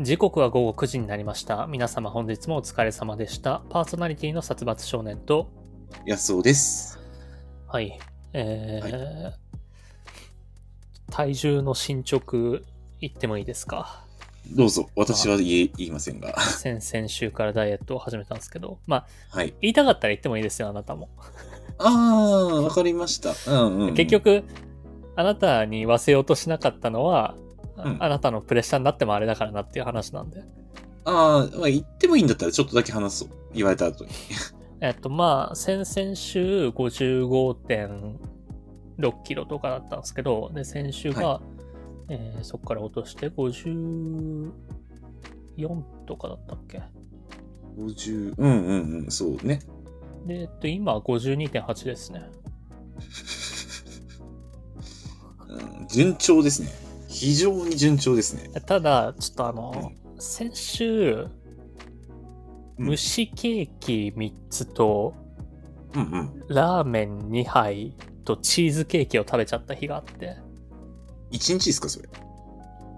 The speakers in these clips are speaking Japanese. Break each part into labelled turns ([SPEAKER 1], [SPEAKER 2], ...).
[SPEAKER 1] 時刻は午後9時になりました。皆様本日もお疲れ様でした。パーソナリティの殺伐少年と、
[SPEAKER 2] 安尾です。
[SPEAKER 1] はい、えー体重の進捗言ってもいいですか。
[SPEAKER 2] どうぞ、私は言え言いませんが。
[SPEAKER 1] 先々週からダイエットを始めたんですけど、まあ、
[SPEAKER 2] はい。
[SPEAKER 1] 言いたかったら言ってもいいですよ、あなたも。
[SPEAKER 2] ああ、わかりました。うんうん。
[SPEAKER 1] 結。局、あなたに忘れようとしなかったのは、
[SPEAKER 2] うん
[SPEAKER 1] あなたのプレッシャーになってもあれだからなっていう話なんで。
[SPEAKER 2] ああ、まあ、言ってもいいんだったらちょっとだけ話そう。言われた後に。
[SPEAKER 1] えっと、まあ、先々週55.6キロとかだったんですけど、で、先週が、えーそこから落として54とかだったっけ
[SPEAKER 2] 50、うんうんうん、そうね。
[SPEAKER 1] で、えっと、今52.8ですね。
[SPEAKER 2] うん順調ですね。非常に順調ですね。
[SPEAKER 1] ただ、ちょっとあの、先週、
[SPEAKER 2] うん
[SPEAKER 1] 蒸しケーキ3つと、
[SPEAKER 2] うんうん。
[SPEAKER 1] ラーメン2杯とチーズケーキを食べちゃった日があって、
[SPEAKER 2] 1日ですか、それ。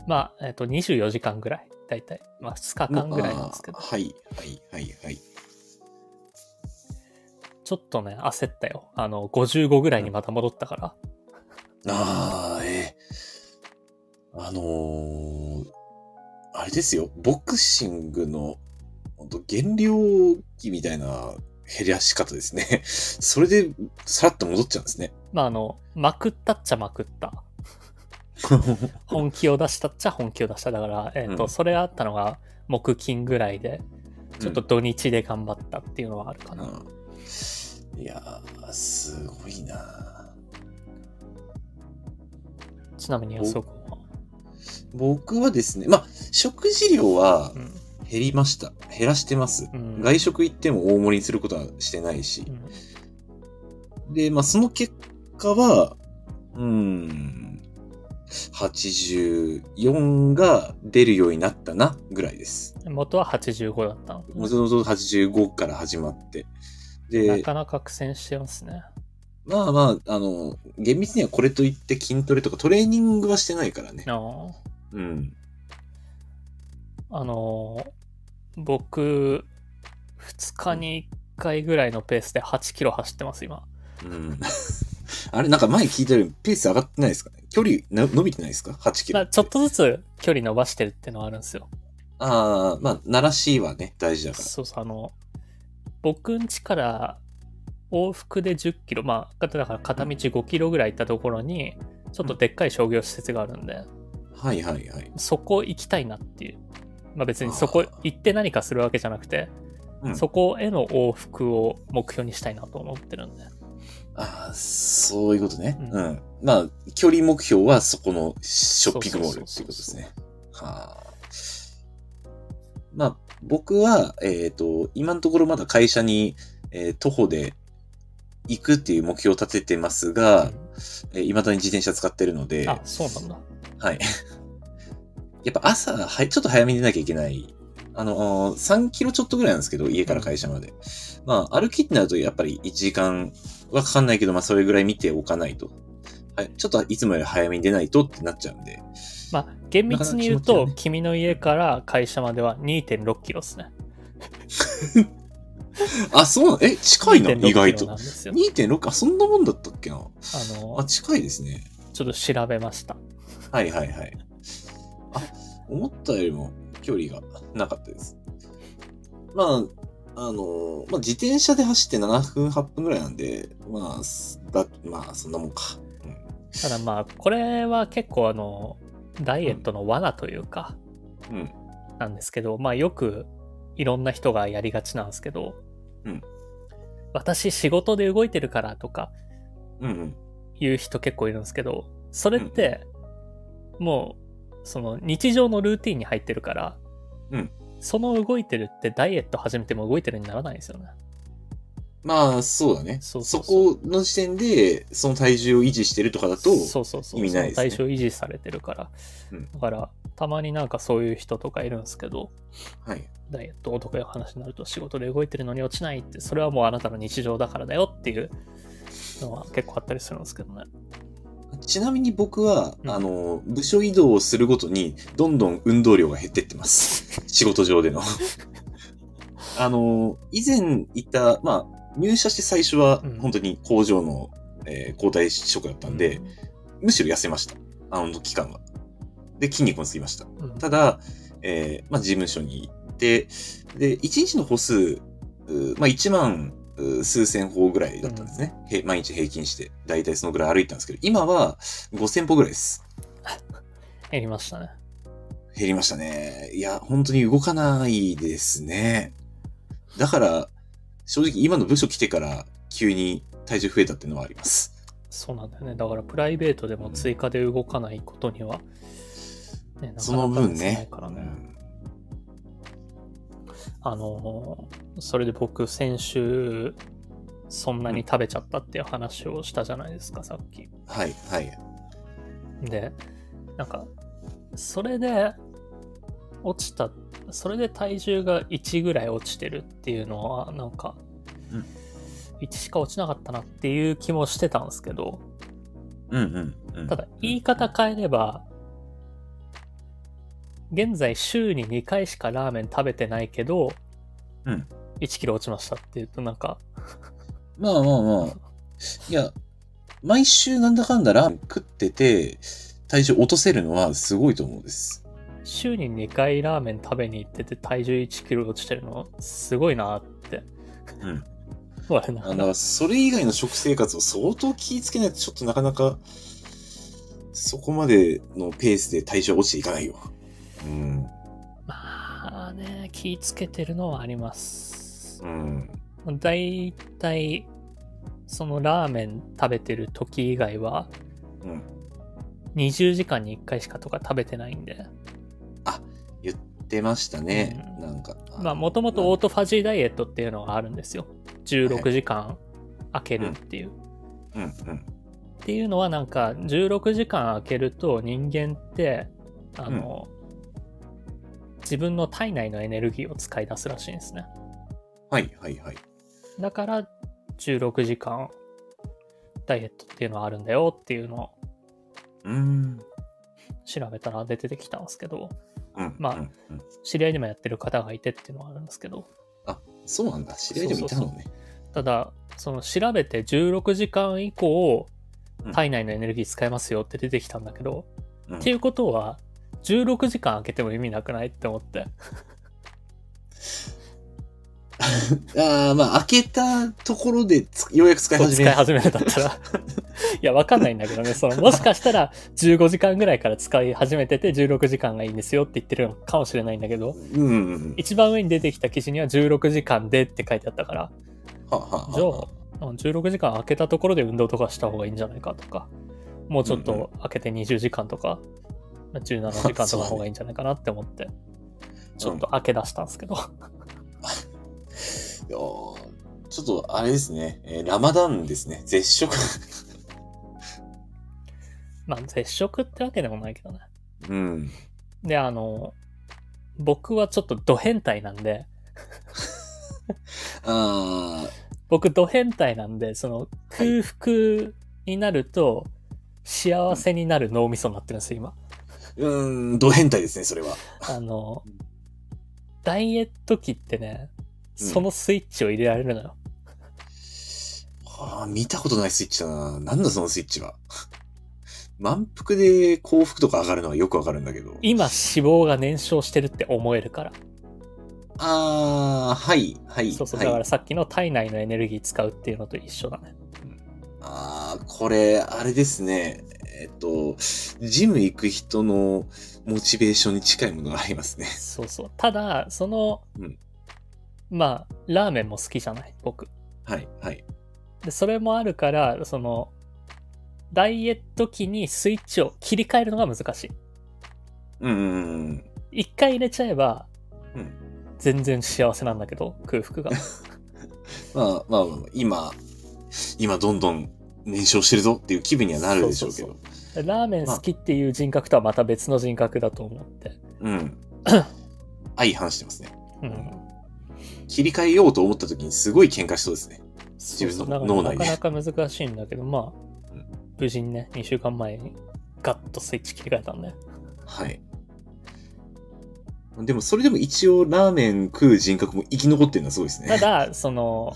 [SPEAKER 1] まあ、えっと、24時間ぐらい、だいたい。まあ、2日間ぐらいなんですけど
[SPEAKER 2] あー。はい、はい、はい、はい。
[SPEAKER 1] ちょっとね、焦ったよ。あの、55ぐらいにまた戻ったから。
[SPEAKER 2] ああ、えーあのーあれですよ、ボクシングの、本当減量期みたいな減らし方ですね。 それで、さらっと戻っちゃうんですね。
[SPEAKER 1] まあ、あの、まくったっちゃまくった。本気を出したっちゃ本気を出した。だから、えっ、と、
[SPEAKER 2] うん
[SPEAKER 1] それあったのが、木金ぐらいで、 ちょっと
[SPEAKER 2] うん
[SPEAKER 1] 土日で頑張ったっていうのはあるかな。
[SPEAKER 2] うんいやー、すごいな
[SPEAKER 1] ちなみに安岡は。
[SPEAKER 2] 僕はですね、まあ、食事量は
[SPEAKER 1] うん。
[SPEAKER 2] 減りました。減らしてます。
[SPEAKER 1] うん。
[SPEAKER 2] 外食行っても大盛りにすることはしてないし
[SPEAKER 1] う。ん
[SPEAKER 2] で、まあ、その結果は、うーん、84が出るようになったな、ぐらいです。
[SPEAKER 1] 元は85だったの
[SPEAKER 2] もともと85から始まって。
[SPEAKER 1] な
[SPEAKER 2] で、
[SPEAKER 1] かなか苦戦してますね。
[SPEAKER 2] まあまあ、あの、厳密にはこれといって筋トレとかトレーニングはしてないからね。
[SPEAKER 1] あの
[SPEAKER 2] うん。
[SPEAKER 1] あのー僕、2日に1回ぐらいのペースで8キロ走ってます、今。
[SPEAKER 2] うん。 あれ、なんか前聞いたよりペース上がってないですかね距離な伸びてないですか ?8 キ
[SPEAKER 1] まあ、
[SPEAKER 2] ロ
[SPEAKER 1] ちょっとずつ距離伸ばしてるっていうのはあるんですよ。
[SPEAKER 2] ああ、まあ、慣らしいはね、大事だから。
[SPEAKER 1] そうそう、あの、僕ん家から往復で10キロ、まあ、片だから片道5キロぐらい行ったところに、ちょっとでっかい商業施設があるんで、
[SPEAKER 2] はいはいはい。
[SPEAKER 1] そこ行きたいなっていう。まあ別にそこ行って何かするわけじゃなくて、
[SPEAKER 2] うん
[SPEAKER 1] そこへの往復を目標にしたいなと思ってるんで。
[SPEAKER 2] ああ、そういうことね。
[SPEAKER 1] う
[SPEAKER 2] うんん。まあ、距離目標はそこのショッピングモールっていうことですね。はあ。まあ、僕は、えっ、と、今のところまだ会社に、えー徒歩で行くっていう目標を立ててますが、えー未だに自転車使ってるので、
[SPEAKER 1] あ、そうなんだ。
[SPEAKER 2] はい。 やっぱ朝、はい、ちょっと早めに出なきゃいけない。あの、3キロちょっとぐらいなんですけど、家から会社まで。まあ、歩きってなると、やっぱり1時間はかかんないけど、まあ、それぐらい見ておかないと。はい、ちょっといつもより早めに出ないとってなっちゃうんで。
[SPEAKER 1] まあ厳密に言う
[SPEAKER 2] なかな
[SPEAKER 1] と、
[SPEAKER 2] か気持ちがね
[SPEAKER 1] 君の家から会社までは2.6キロですね。
[SPEAKER 2] あ、そうなのえ、近いな、
[SPEAKER 1] 2.6
[SPEAKER 2] 意外
[SPEAKER 1] キロ
[SPEAKER 2] と
[SPEAKER 1] な。んですよ
[SPEAKER 2] 2.6、あ、そんなもんだったっけな。
[SPEAKER 1] あの
[SPEAKER 2] あ、近いですね。
[SPEAKER 1] ちょっと調べました。
[SPEAKER 2] はいはいはい。あ、思ったよりも距離がなかったです。まあ、あの、まあ、自転車で走って7分、8分ぐらいなんで、まあ、すだまあ、そんなもんか。
[SPEAKER 1] ただまあ、これは結構あの、ダイエットの罠というか、
[SPEAKER 2] うん。
[SPEAKER 1] なんですけど、まあよくいろんな人がやりがちなんですけど、
[SPEAKER 2] うん
[SPEAKER 1] 私仕事で動いてるからとか
[SPEAKER 2] うんうん。
[SPEAKER 1] いう人結構いるんですけど、それって、もう、その日常のルーティンに入ってるから、
[SPEAKER 2] うん
[SPEAKER 1] その動いてるってダイエット始めても動いてるにならないんですよね。
[SPEAKER 2] まあ、そうだね。
[SPEAKER 1] そ
[SPEAKER 2] そ
[SPEAKER 1] そ
[SPEAKER 2] う
[SPEAKER 1] うそう
[SPEAKER 2] この時点で、その体重を維持してるとかだと、
[SPEAKER 1] そうそうそう
[SPEAKER 2] 意味ないですね
[SPEAKER 1] その対象維持されてるから、
[SPEAKER 2] うん
[SPEAKER 1] だからたまになんかそういう人とかいるんですけど
[SPEAKER 2] はい。
[SPEAKER 1] ダイエットとかいう話になると仕事で動いてるのに落ちないってそれはもうあなたの日常だからだよっていうのは結構あったりするんですけどね
[SPEAKER 2] あちなみに僕は、
[SPEAKER 1] うん
[SPEAKER 2] あの、部署移動をするごとに、どんどん運動量が減ってっ てます。仕事上での。あの、以前いた、まあ、入社して最初は
[SPEAKER 1] うん、
[SPEAKER 2] 本当に工場の、えー交代職だったんで、むしろ痩せました。あの期間は。で、筋肉もつきました。
[SPEAKER 1] うん、うん
[SPEAKER 2] ただ、えーまあ、事務所に行って、で、1日の歩数、うーまあ、1万うー数千歩ぐらいだったんですね。へ毎日平均して、だいたいそのぐらい歩いたんですけど、今は5000歩ぐらいです。
[SPEAKER 1] やりましたね。
[SPEAKER 2] 減りましたね。いや、本当に動かないですね。だから、正直今の部署来てから急に体重増えたっていうのはあります。
[SPEAKER 1] そうなんだよね。だからプライベートでも追加で動かないことには、ね、なかなか
[SPEAKER 2] その分ね。
[SPEAKER 1] つらいから
[SPEAKER 2] う
[SPEAKER 1] ね。
[SPEAKER 2] ん
[SPEAKER 1] あのー、それで僕、先週、そんなに食べちゃったっていう話をしたじゃないですか、さっき。
[SPEAKER 2] はい、はい。
[SPEAKER 1] で、なんか、それで、落ちた、それで体重が1ぐらい落ちてるっていうのは、なんか、
[SPEAKER 2] うん
[SPEAKER 1] 1しか落ちなかったなっていう気もしてたんですけど、
[SPEAKER 2] うんうん、うん。
[SPEAKER 1] ただ、言い方変えれば、現在週に2回しかラーメン食べてないけど、
[SPEAKER 2] うん
[SPEAKER 1] 1キロ落ちましたっていうと、なんか、
[SPEAKER 2] まあまあまあ。いや、毎週なんだかんだラーメン食ってて、体重落とせるのはすごいと思うんです。
[SPEAKER 1] 週に2回ラーメン食べに行ってて体重1キロ落ちてるの、すごいなって。
[SPEAKER 2] うん。
[SPEAKER 1] 我な
[SPEAKER 2] あ
[SPEAKER 1] が。
[SPEAKER 2] だかららそれ以外の食生活を相当気ぃつけないとちょっとなかなか、そこまでのペースで体重は落ちていかないよ。うん。
[SPEAKER 1] まあね、気ぃつけてるのはあります
[SPEAKER 2] う。ん。
[SPEAKER 1] だいたい、そのラーメン食べてる時以外は、
[SPEAKER 2] うん。
[SPEAKER 1] 20時間に1回しかとか食べてないんで。
[SPEAKER 2] 言ってましたね。
[SPEAKER 1] うん
[SPEAKER 2] なんか。
[SPEAKER 1] まあ、もともとオートファジーダイエットっていうのがあるんですよ。16時間空けるっていう。
[SPEAKER 2] うんうん。
[SPEAKER 1] っていうのはなんか、16時間空けると人間って、あの、自分の体内のエネルギーを使い出すらしいんですね。
[SPEAKER 2] はいはいはい。
[SPEAKER 1] だから、16時間ダイエットっていうのはあるんだよっていうのを
[SPEAKER 2] うん。
[SPEAKER 1] 調べたら出てきたんですけど、
[SPEAKER 2] うん。
[SPEAKER 1] まあ
[SPEAKER 2] うんうん
[SPEAKER 1] 知り合いにもやってる方がいてっていうのはあるんですけど、
[SPEAKER 2] そうなんだ。知り合いでもいたのね。
[SPEAKER 1] ただその調べて16時間以降
[SPEAKER 2] うん
[SPEAKER 1] 体内のエネルギー使えますよって出てきたんだけど、
[SPEAKER 2] うん
[SPEAKER 1] っていうことは16時間空けても意味なくないって思 って
[SPEAKER 2] ああ、まあ、開けたところでつようやく使い
[SPEAKER 1] 使
[SPEAKER 2] 始
[SPEAKER 1] い
[SPEAKER 2] めた。
[SPEAKER 1] 始めるんだっ たらいやわかんないんだけどねそのもしかしたら15時間ぐらいから使い始めてて16時間がいいんですよって言ってるのかもしれないんだけど
[SPEAKER 2] うんうんうん。
[SPEAKER 1] 一番上に出てきた記事には16時間でって書いてあったから
[SPEAKER 2] はあはあ
[SPEAKER 1] じゃ
[SPEAKER 2] は
[SPEAKER 1] あ、
[SPEAKER 2] あ
[SPEAKER 1] うん16時間空けたところで運動とかした方がいいんじゃないかとか、もうちょっ
[SPEAKER 2] うんう
[SPEAKER 1] と空けて20時間とか、まあ17時間と
[SPEAKER 2] そう
[SPEAKER 1] か
[SPEAKER 2] だね
[SPEAKER 1] 方がいいんじゃないかなって思って、ちょっと開け出したんですけど、
[SPEAKER 2] いやーちょっとあれですね、えーラマダンですね、絶食。
[SPEAKER 1] まあ絶食ってわけでもないけどね。
[SPEAKER 2] うん。
[SPEAKER 1] で、あの、僕はちょっとド変態なんで、
[SPEAKER 2] あ
[SPEAKER 1] 僕ド変態なんで、その空腹になると、幸せになる脳みそになってるんですよ、今。
[SPEAKER 2] ーうーん、ド変態ですね、それは。
[SPEAKER 1] あの
[SPEAKER 2] うん、
[SPEAKER 1] ダイエット期ってね、
[SPEAKER 2] うん
[SPEAKER 1] そのスイッチを入れられるのよ。
[SPEAKER 2] あー見たことないスイッチだな。なんだそのスイッチは。満腹で幸福とか上がるのはよくわかるんだけど。
[SPEAKER 1] 今脂肪が燃焼してるって思えるから、
[SPEAKER 2] ああ、はい、はい。
[SPEAKER 1] そうそう
[SPEAKER 2] はい
[SPEAKER 1] だからさっきの体内のエネルギー使うっていうのと一緒だね
[SPEAKER 2] ああ、これ、あれですね。えっと、ジム行く人のモチベーションに近いものがありますね。
[SPEAKER 1] そうそうただその、
[SPEAKER 2] うん
[SPEAKER 1] まあラーメンも好きじゃない僕
[SPEAKER 2] はい、はい。
[SPEAKER 1] でそれもあるからそのダイエット期にスイッチを切り替えるのが難し
[SPEAKER 2] うんうんうん
[SPEAKER 1] い一回入れちゃえば、
[SPEAKER 2] うん
[SPEAKER 1] 全然幸せなんだけど空腹が
[SPEAKER 2] まあまあまあ、今、今どんどん燃焼してるぞっていう気分にはなるでしょうけ
[SPEAKER 1] そ
[SPEAKER 2] ど。
[SPEAKER 1] ラーメン好きっていう人格とはまた別の人格だと思って、
[SPEAKER 2] うん。 相反してますね。
[SPEAKER 1] うん、
[SPEAKER 2] 切り替えようと思った時にすごい喧嘩しそうですね。
[SPEAKER 1] そうそう
[SPEAKER 2] 自分の
[SPEAKER 1] だから
[SPEAKER 2] 脳内で
[SPEAKER 1] なかなか難しいんだけどまあ、
[SPEAKER 2] うん
[SPEAKER 1] 無事にね、2週間前にガッとスイッチ切り替えたんで。
[SPEAKER 2] はい。でも、それでも一応、ラーメン食う人格も生き残ってるのはすごいですね。
[SPEAKER 1] た
[SPEAKER 2] あ
[SPEAKER 1] だ、その、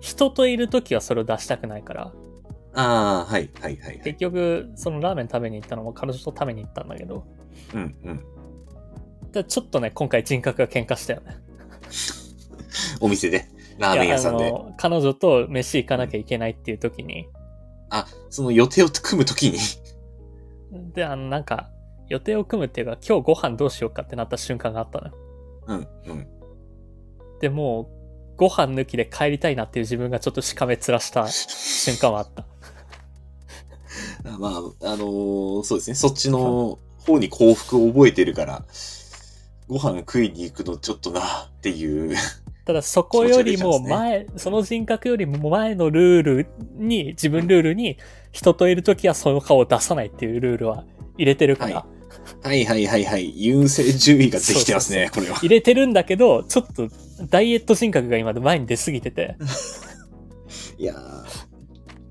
[SPEAKER 1] 人といるときはそれを出したくないから、
[SPEAKER 2] あー、はい、はい、はい、はい。
[SPEAKER 1] 結局、そのラーメン食べに行ったのも彼女と食べに行ったんだけど、
[SPEAKER 2] うん、うん。
[SPEAKER 1] でちょっとね、今回人格が喧嘩したよね。
[SPEAKER 2] お店で、ラーメン屋さん
[SPEAKER 1] い
[SPEAKER 2] で
[SPEAKER 1] やあ。の彼女と飯行かなきゃいけないっていうときに、
[SPEAKER 2] あ、その予定を組むときに、
[SPEAKER 1] で、あの、なんか、予定を組むっていうか、今日ご飯どうしようかってなった瞬間があったのよ。
[SPEAKER 2] うん、うん。
[SPEAKER 1] でもう、ご飯抜きで帰りたいなっていう自分がちょっとしかめ面した瞬間はあった。
[SPEAKER 2] あまあ、あのーそうですね。そっちの方に幸福を覚えてるから、ご飯食いに行くのちょっとな、っていう。
[SPEAKER 1] ただそこよりも
[SPEAKER 2] 気持ちが
[SPEAKER 1] 前、その人格よりも前のルールに、自分ルールに、人といるときはその顔を出さないっていうルールは入れてるから、
[SPEAKER 2] ははいはいはいはい。優勢順位ができてますね、これは。
[SPEAKER 1] 入れてるんだけど、ちょっとダイエット人格が今前に出すぎて て、
[SPEAKER 2] いやー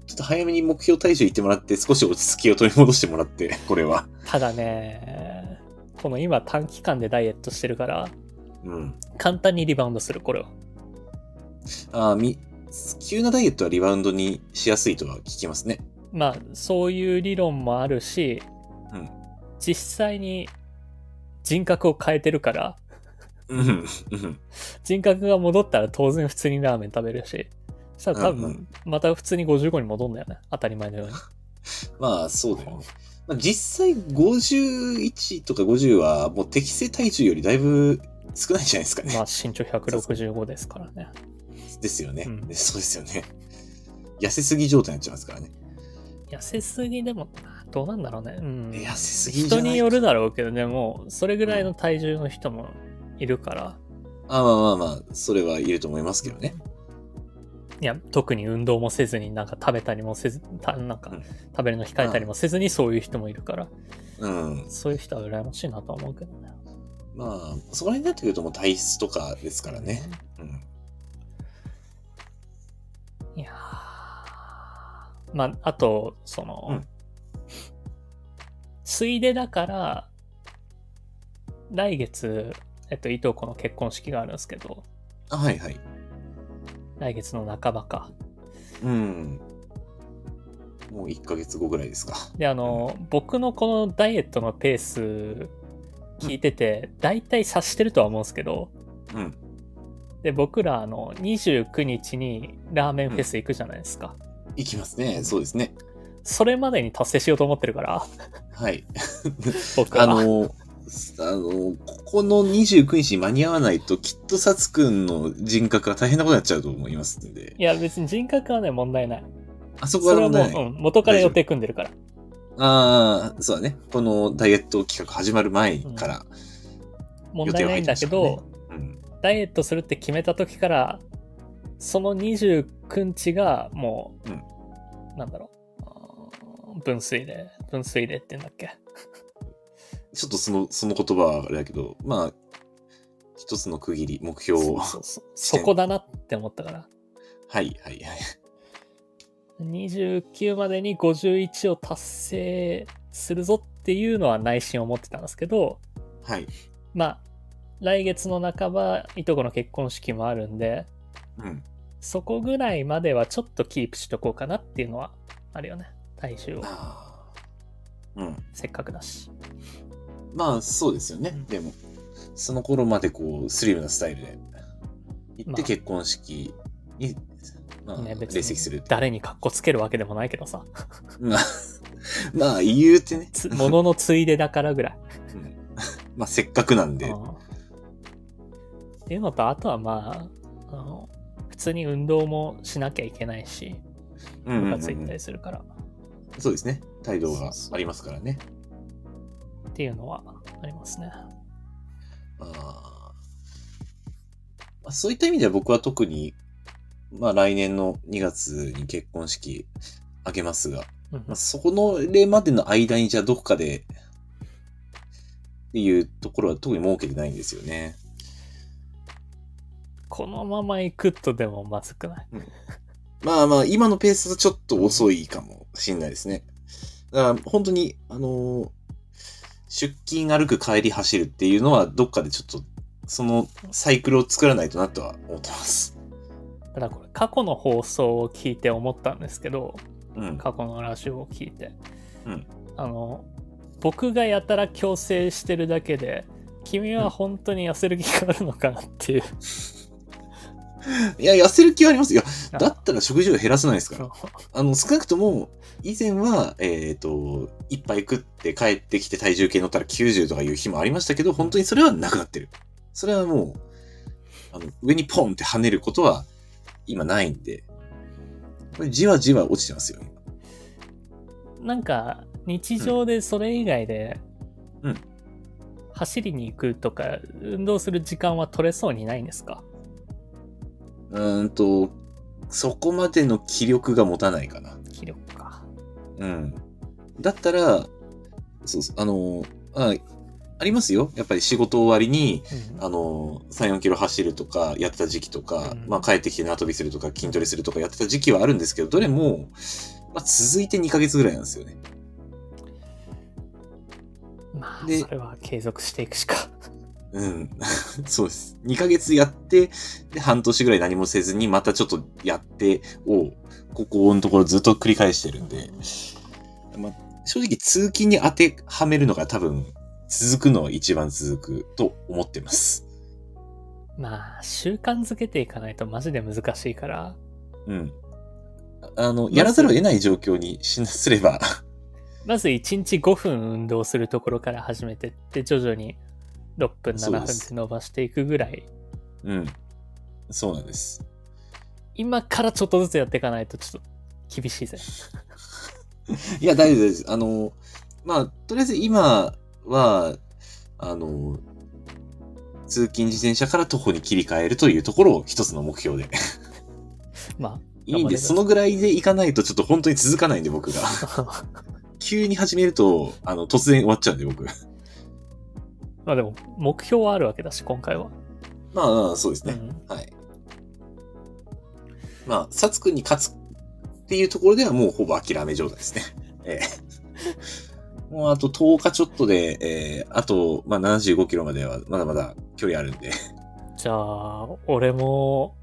[SPEAKER 2] ちょっと早めに目標対象行ってもらって、少し落ち着きを取り戻してもらって、これは。
[SPEAKER 1] ただね、この今短期間でダイエットしてるから、
[SPEAKER 2] うん。
[SPEAKER 1] 簡単にリバウンドする、これは。
[SPEAKER 2] あーみ、急なダイエットはリバウンドにしやすいとは聞きますね。
[SPEAKER 1] まあ、そういう理論もあるし、
[SPEAKER 2] うん
[SPEAKER 1] 実際に人格を変えてるから、
[SPEAKER 2] うん。うん。
[SPEAKER 1] 人格が戻ったら当然普通にラーメン食べるし、そしたら多
[SPEAKER 2] うんう
[SPEAKER 1] 分、また普通に55に戻るんだよね。当たり前の ように。
[SPEAKER 2] まあ、そうだよね。まあ、実際51とか50はもう適正体重よりだいぶ少ないんじゃないですかね。
[SPEAKER 1] まあ、身長165ですからね。
[SPEAKER 2] ですよね、
[SPEAKER 1] うん
[SPEAKER 2] でそうですよね。痩せすぎ状態になっちゃいますからね。
[SPEAKER 1] 痩せすぎでも、どうなんだろうね。うん。
[SPEAKER 2] 痩せすぎじゃ
[SPEAKER 1] 人
[SPEAKER 2] ない
[SPEAKER 1] によるだろうけどね、もう、それぐらいの体重の人もいるから、
[SPEAKER 2] あまあまあまあ、それはいると思いますけどね。
[SPEAKER 1] いや、特に運動もせずに、なんか食べたりもせず、たなんか
[SPEAKER 2] うん
[SPEAKER 1] 食べるの控えたりもせずに、そういう人もいるから、
[SPEAKER 2] うん。
[SPEAKER 1] そういう人は羨ましいなとは思うけどね。
[SPEAKER 2] まあ、そこら辺になってくるともう体質とかですからね。うん。
[SPEAKER 1] いやーまあ、あと、その、
[SPEAKER 2] うん
[SPEAKER 1] ついでだから、来月、えっと、いとこの結婚式があるんですけど、
[SPEAKER 2] あはいはい。
[SPEAKER 1] 来月の半ばか。
[SPEAKER 2] うん。もう1ヶ月後ぐらいですか。
[SPEAKER 1] で、あの、僕のこのダイエットのペース聞いてて、大体察してるとは思うんですけど、
[SPEAKER 2] うん。
[SPEAKER 1] で、僕ら、あの、29日にラーメンフェス行くじゃないですか。
[SPEAKER 2] いきますね。そうですね。
[SPEAKER 1] それまでに達成しようと思ってるから、
[SPEAKER 2] はい。
[SPEAKER 1] 僕は。
[SPEAKER 2] あの、すあの、ここの29日に間に合わないと、きっとサツくんの人格が大変なことになっちゃうと思いますんで
[SPEAKER 1] い、や、別に人格はね、問題ない。
[SPEAKER 2] あそ
[SPEAKER 1] そ
[SPEAKER 2] こは
[SPEAKER 1] れは
[SPEAKER 2] 問
[SPEAKER 1] も
[SPEAKER 2] 題
[SPEAKER 1] う、
[SPEAKER 2] ない。
[SPEAKER 1] うん、元から予定組んでるから。
[SPEAKER 2] ああ、そうだね。このダイエット企画始まる前から。
[SPEAKER 1] 問題ないんだけ
[SPEAKER 2] 予定は入って
[SPEAKER 1] ど、
[SPEAKER 2] うん。
[SPEAKER 1] ダイエットするって決めた時から、その29日がもう、
[SPEAKER 2] うん
[SPEAKER 1] なんだろう、うーん分水で、分水でって言うんだっけ。
[SPEAKER 2] ちょっとその、その言葉はあれだけど、まあ、一つの区切り、目標
[SPEAKER 1] そ
[SPEAKER 2] を。
[SPEAKER 1] うそうそうそこだなって思ったから。
[SPEAKER 2] はい、はい、はい。
[SPEAKER 1] 29までに51を達成するぞっていうのは内心思ってたんですけど、
[SPEAKER 2] はい。
[SPEAKER 1] まあ、来月の半ば、いとこの結婚式もあるんで、
[SPEAKER 2] うん。
[SPEAKER 1] そこぐらいまではちょっとキープしとこうかなっていうのはあるよね。体重を。
[SPEAKER 2] ああ。うん。
[SPEAKER 1] せっかくだし。
[SPEAKER 2] まあ、そうですよね。
[SPEAKER 1] うん
[SPEAKER 2] でも、その頃までこう、スリムなスタイルで、行っ
[SPEAKER 1] まあ
[SPEAKER 2] て結婚式に、まあ、
[SPEAKER 1] ね、別
[SPEAKER 2] 列席する
[SPEAKER 1] に
[SPEAKER 2] っていう
[SPEAKER 1] 誰に格好つけるわけでもないけど さ。
[SPEAKER 2] まあ、まあ、言うてね。
[SPEAKER 1] つもののついでだからぐらい。
[SPEAKER 2] まあ、せっかくなんで
[SPEAKER 1] う。んっていうのと、あとはまあ、あの、普通に運動もしなきゃいけないし、
[SPEAKER 2] うんうん
[SPEAKER 1] 部
[SPEAKER 2] うん
[SPEAKER 1] 活行ったりするから、
[SPEAKER 2] そうですね。態度がありますからね。
[SPEAKER 1] っていうのはありますね。
[SPEAKER 2] あーまあ、そういった意味では僕は特に、まあ、来年の2月に結婚式あげますが、
[SPEAKER 1] うん
[SPEAKER 2] まあ、そこの例までの間にじゃあどこかで、っていうところは特に設けてないんですよね。
[SPEAKER 1] このまま行くとでもまずくない。
[SPEAKER 2] まあまあ、今のペースだとちょっと遅いかもしんないですね。だから本当に、あのー出勤歩く帰り走るっていうのは、どっかでちょっと、そのサイクルを作らないとなとは思ってます。
[SPEAKER 1] ただこれ過去の放送を聞いて思ったんですけど
[SPEAKER 2] うん。
[SPEAKER 1] 過去のラジオを聞いて、
[SPEAKER 2] うん
[SPEAKER 1] あの僕がやたら強制してるだけで君は本当に痩せる気があるのかなっていう、
[SPEAKER 2] いや、痩せる気はあります。いや、
[SPEAKER 1] あ
[SPEAKER 2] だったら食事量減らさないですから。
[SPEAKER 1] そう
[SPEAKER 2] あの、少なくとも、以前は、えっ、と、一杯食って帰ってきて体重計乗ったら90とかいう日もありましたけど、本当にそれはなくなってる。それはもう、あの上にポンって跳ねることは今ないんで、これじわじわ落ちてますよ。
[SPEAKER 1] なんか日常でそれ以外で、
[SPEAKER 2] うん
[SPEAKER 1] 走りに行くとか運動する時間は取れそうにないんですか
[SPEAKER 2] うーんと、そこまでの気力が持たないかな。
[SPEAKER 1] 気力か
[SPEAKER 2] うん。だったら、そうそう、あの、あありますよ。やっぱり仕事終わりに、
[SPEAKER 1] うん
[SPEAKER 2] あの、3、4キロ走るとかやってた時期とか、
[SPEAKER 1] うん
[SPEAKER 2] まあ帰ってきて縄跳びするとか筋トレするとかやってた時期はあるんですけど、どれも、まあ続いて2ヶ月ぐらいなんですよね。
[SPEAKER 1] まあ
[SPEAKER 2] で
[SPEAKER 1] それは継続していくしか
[SPEAKER 2] うん。 そうです。2ヶ月やって、で、半年ぐらい何もせずに、またちょっとやってを、ここのところずっと繰り返してるんで、まあ正直通勤に当てはめるのが多分、続くのは一番続くと思ってます。
[SPEAKER 1] まあ習慣づけていかないとマジで難しいから
[SPEAKER 2] うん。あの、やらざるを得ない状況にしすれば、
[SPEAKER 1] まず1日5分運動するところから始めてって徐々に6分7
[SPEAKER 2] そう
[SPEAKER 1] 分っ
[SPEAKER 2] です
[SPEAKER 1] て伸ばしていくぐらい
[SPEAKER 2] うん。そうなんです。
[SPEAKER 1] 今からちょっとずつやっていかないとちょっと厳しい ぜ
[SPEAKER 2] いや、大丈夫です。あの、まあ、とりあえず今は、あの、通勤自転車から徒歩に切り替えるというところを一つの目 標で。
[SPEAKER 1] ま
[SPEAKER 2] いい
[SPEAKER 1] 頑
[SPEAKER 2] ん
[SPEAKER 1] 張れ
[SPEAKER 2] で
[SPEAKER 1] る
[SPEAKER 2] す。そのぐらいでいかないとちょっと本当に続かないんで僕が。
[SPEAKER 1] あ
[SPEAKER 2] 急に始めると、あの、突然終わっちゃうんで 僕。
[SPEAKER 1] まあでも目標はあるわけだし今回は、
[SPEAKER 2] まあまあ、そうです
[SPEAKER 1] う
[SPEAKER 2] ね。
[SPEAKER 1] ん、
[SPEAKER 2] はい。まあ、サツくんに勝つっていうところではもうほぼ諦め状態ですね。 ええ。もうあと10日ちょっとで、ええあと、まあ、75キロまではまだまだ距離あるんで。
[SPEAKER 1] じゃあ俺も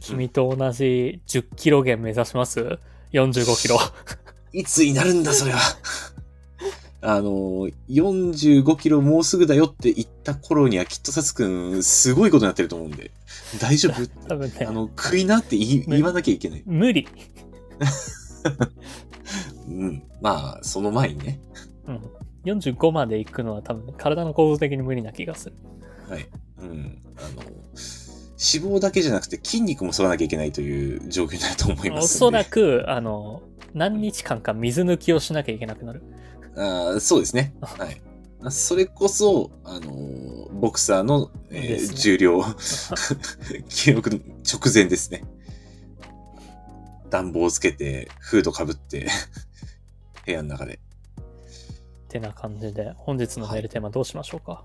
[SPEAKER 1] 君と同じ10キロ減目指します45キロ
[SPEAKER 2] いつになるんだ、それは。 あの、45キロもうすぐだよって言った頃にはきっとサツくんすごいことになってると思うんで。大丈夫
[SPEAKER 1] 多分
[SPEAKER 2] あ
[SPEAKER 1] ね
[SPEAKER 2] の、食いなって言い言わなきゃいけない。
[SPEAKER 1] 無理、
[SPEAKER 2] うん。まあ、その前にね。
[SPEAKER 1] うん、45まで行くのは多分体の構造的に無理な気がする
[SPEAKER 2] うん、あの脂肪だけじゃなくて筋肉も剃らなきゃいけないという状況になると思いますんで
[SPEAKER 1] おそらく、あの、何日間か水抜きをしなきゃいけなくなる。
[SPEAKER 2] あーそうですね。はい。それこそ、あの、ボクサーの、えー
[SPEAKER 1] ですね
[SPEAKER 2] 重量、記録の直前ですね。暖房をつけて、フードかぶって、部屋の中で。
[SPEAKER 1] ってな感じで、本日のメールテーマどうしましょうか。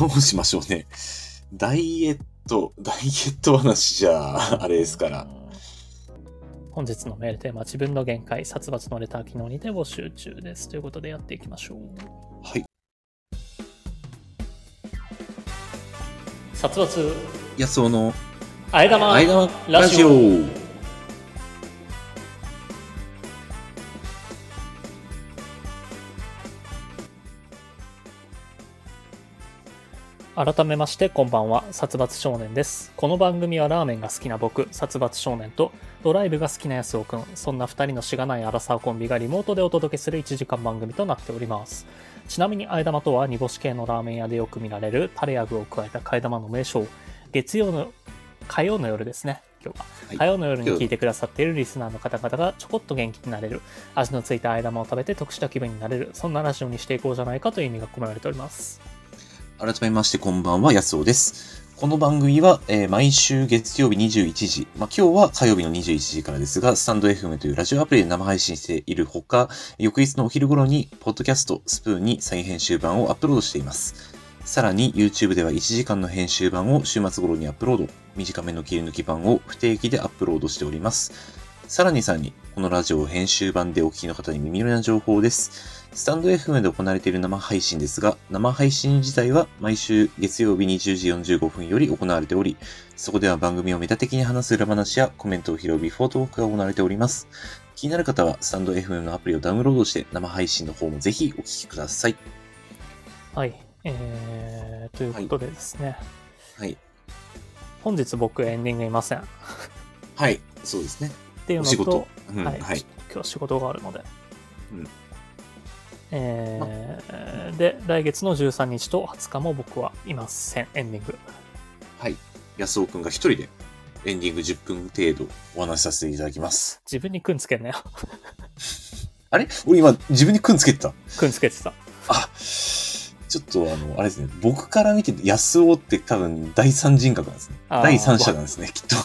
[SPEAKER 2] どうしましょうね。ダイエット、ダイエット話じゃ、あれですから。。
[SPEAKER 1] 本日のメールテーマ、自分の限界、殺伐のレター機能にて募集中です。ということでやっていきましょう。
[SPEAKER 2] はい。
[SPEAKER 1] 殺伐、
[SPEAKER 2] いや、その、
[SPEAKER 1] あえ玉、
[SPEAKER 2] 間はラ
[SPEAKER 1] ラ
[SPEAKER 2] ジ
[SPEAKER 1] ジ
[SPEAKER 2] オ
[SPEAKER 1] オ改めましてこんばんは殺伐少年ですこの番組はラーメンが好きな僕殺伐少年とドライブが好きな安尾くんそんな2人のしがないアラサーコンビがリモートでお届けする1時間番組となっておりますちなみにあえ玉とは煮干し系のラーメン屋でよく見られるタレや具を加えた替え玉の名称月曜の火曜の夜ですね今日は、
[SPEAKER 2] はい
[SPEAKER 1] 火曜の夜に聞いてくださっているリスナーの方々がちょこっと元気になれる味のついたあえ玉を食べて得した気分になれるそんなラジオにしていこうじゃないかという意味が込められております
[SPEAKER 2] 改めましてこんばんは、安尾です。この番組は、えー毎週月曜日21時、まあ、今日は火曜日の21時からですが、スタンド FM というラジオアプリで生配信しているほか、翌日のお昼頃に、ポッドキャストスプーンに再編集版をアップロードしています。さらに YouTube では1時間の編集版を週末頃にアップロード。短めの切り抜き版を不定期でアップロードしております。さらにさらに、このラジオを編集版でお聞きの方に耳寄りな情報です。スタンド FM で行われている生配信ですが、生配信自体は毎週月曜日20時45分より行われており、そこでは番組をメタ的に話す裏話やコメントを拾うビフォートークが行われております。気になる方は、スタンド FM のアプリをダウンロードして、生配信の方もぜひお聞きください。
[SPEAKER 1] はい。えー、ということでですね、
[SPEAKER 2] はい。
[SPEAKER 1] 本日僕エンディングいません。っ
[SPEAKER 2] はい。そうですね。
[SPEAKER 1] ていう
[SPEAKER 2] お
[SPEAKER 1] の
[SPEAKER 2] 仕事
[SPEAKER 1] と、。
[SPEAKER 2] うん、
[SPEAKER 1] はい、
[SPEAKER 2] はい
[SPEAKER 1] ち。ょっと今日仕事があるので。
[SPEAKER 2] うん
[SPEAKER 1] えーで、来月の13日と20日も僕はいません。エンディング。
[SPEAKER 2] はい。安尾くんが一人でエンディング10分程度お話しさせていただきます。
[SPEAKER 1] 自分にくんつけんなよ。
[SPEAKER 2] あれ俺今自分にくんつけてた。
[SPEAKER 1] くんつけてた。
[SPEAKER 2] あ、ちょっとあの、あれですね。僕から見て安尾って多分第三人格なんですね。
[SPEAKER 1] あー
[SPEAKER 2] 第三者なんですね、きっと。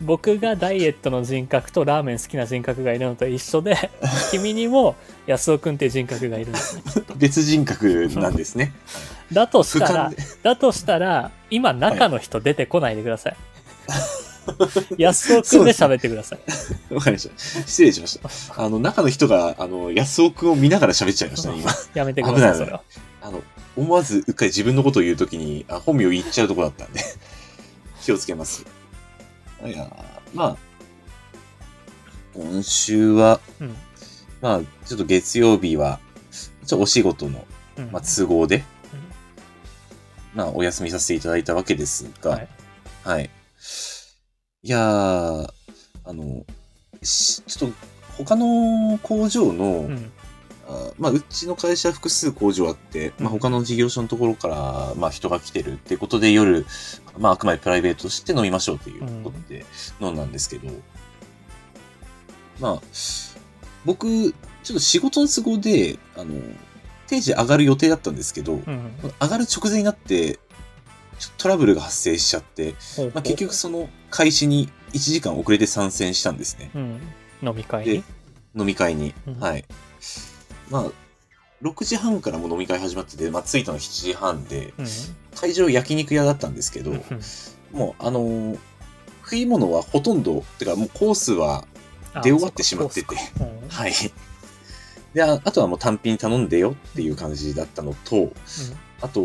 [SPEAKER 1] 僕がダイエットの人格とラーメン好きな人格がいるのと一 緒で君にも安尾くんっていう人格がいるんですね
[SPEAKER 2] 別人格なんですね。
[SPEAKER 1] だとし
[SPEAKER 2] 俯
[SPEAKER 1] たら
[SPEAKER 2] 瞰で。
[SPEAKER 1] だとしたら今中の人出てこないでください、安尾くんで喋ってください、
[SPEAKER 2] わかりました。失礼しました。あの、中の人が、あの、安尾くんを見ながら喋っちゃいましたね、今。
[SPEAKER 1] やめてください
[SPEAKER 2] 危な
[SPEAKER 1] そ
[SPEAKER 2] い
[SPEAKER 1] れは
[SPEAKER 2] あの、思わずうっかり自分のことを言うときに、あ、本名を言っちゃうとこだったんで、気をつけます。いやー、まあ、今週は、
[SPEAKER 1] うん、
[SPEAKER 2] まあ、ちょっと月曜日は、ちょっとお仕事の、
[SPEAKER 1] うん
[SPEAKER 2] まあ、都合で、まあ、お休みさせていただいたわけですが、
[SPEAKER 1] は
[SPEAKER 2] はいい。い、やー、あの、しちょっと、他の工場の、
[SPEAKER 1] うん
[SPEAKER 2] あまあ、うちの会社複数工場あって、まあ、
[SPEAKER 1] うん
[SPEAKER 2] 他の事業所のところから、まあ、人が来てるってことで夜、まあ、あくまでプライベートとして飲みましょうということで飲んだんですけど、まあ、僕、ちょっと仕事の都合で、あの、定時上がる予定だったんですけど、
[SPEAKER 1] うん
[SPEAKER 2] 上がる直前になって、ちょっとトラブルが発生しちゃって、
[SPEAKER 1] ほうほ
[SPEAKER 2] まあ、
[SPEAKER 1] う
[SPEAKER 2] 結局その開始に1時間遅れて参戦したんですね。
[SPEAKER 1] うん、飲み会に
[SPEAKER 2] で、飲み会に、
[SPEAKER 1] うん
[SPEAKER 2] はい。まあ、6時半からもう飲み会始まってて、まあ、着いたの7時半で、
[SPEAKER 1] うん
[SPEAKER 2] 会場焼肉屋だったんですけど、
[SPEAKER 1] うん
[SPEAKER 2] もう、あのー食い物はほとんど、てかもうコースは
[SPEAKER 1] あ
[SPEAKER 2] 出終わってしまってて、
[SPEAKER 1] そうかそうか
[SPEAKER 2] はい。で、ああとはもう単品頼んでよっていう感じだったのと、あと、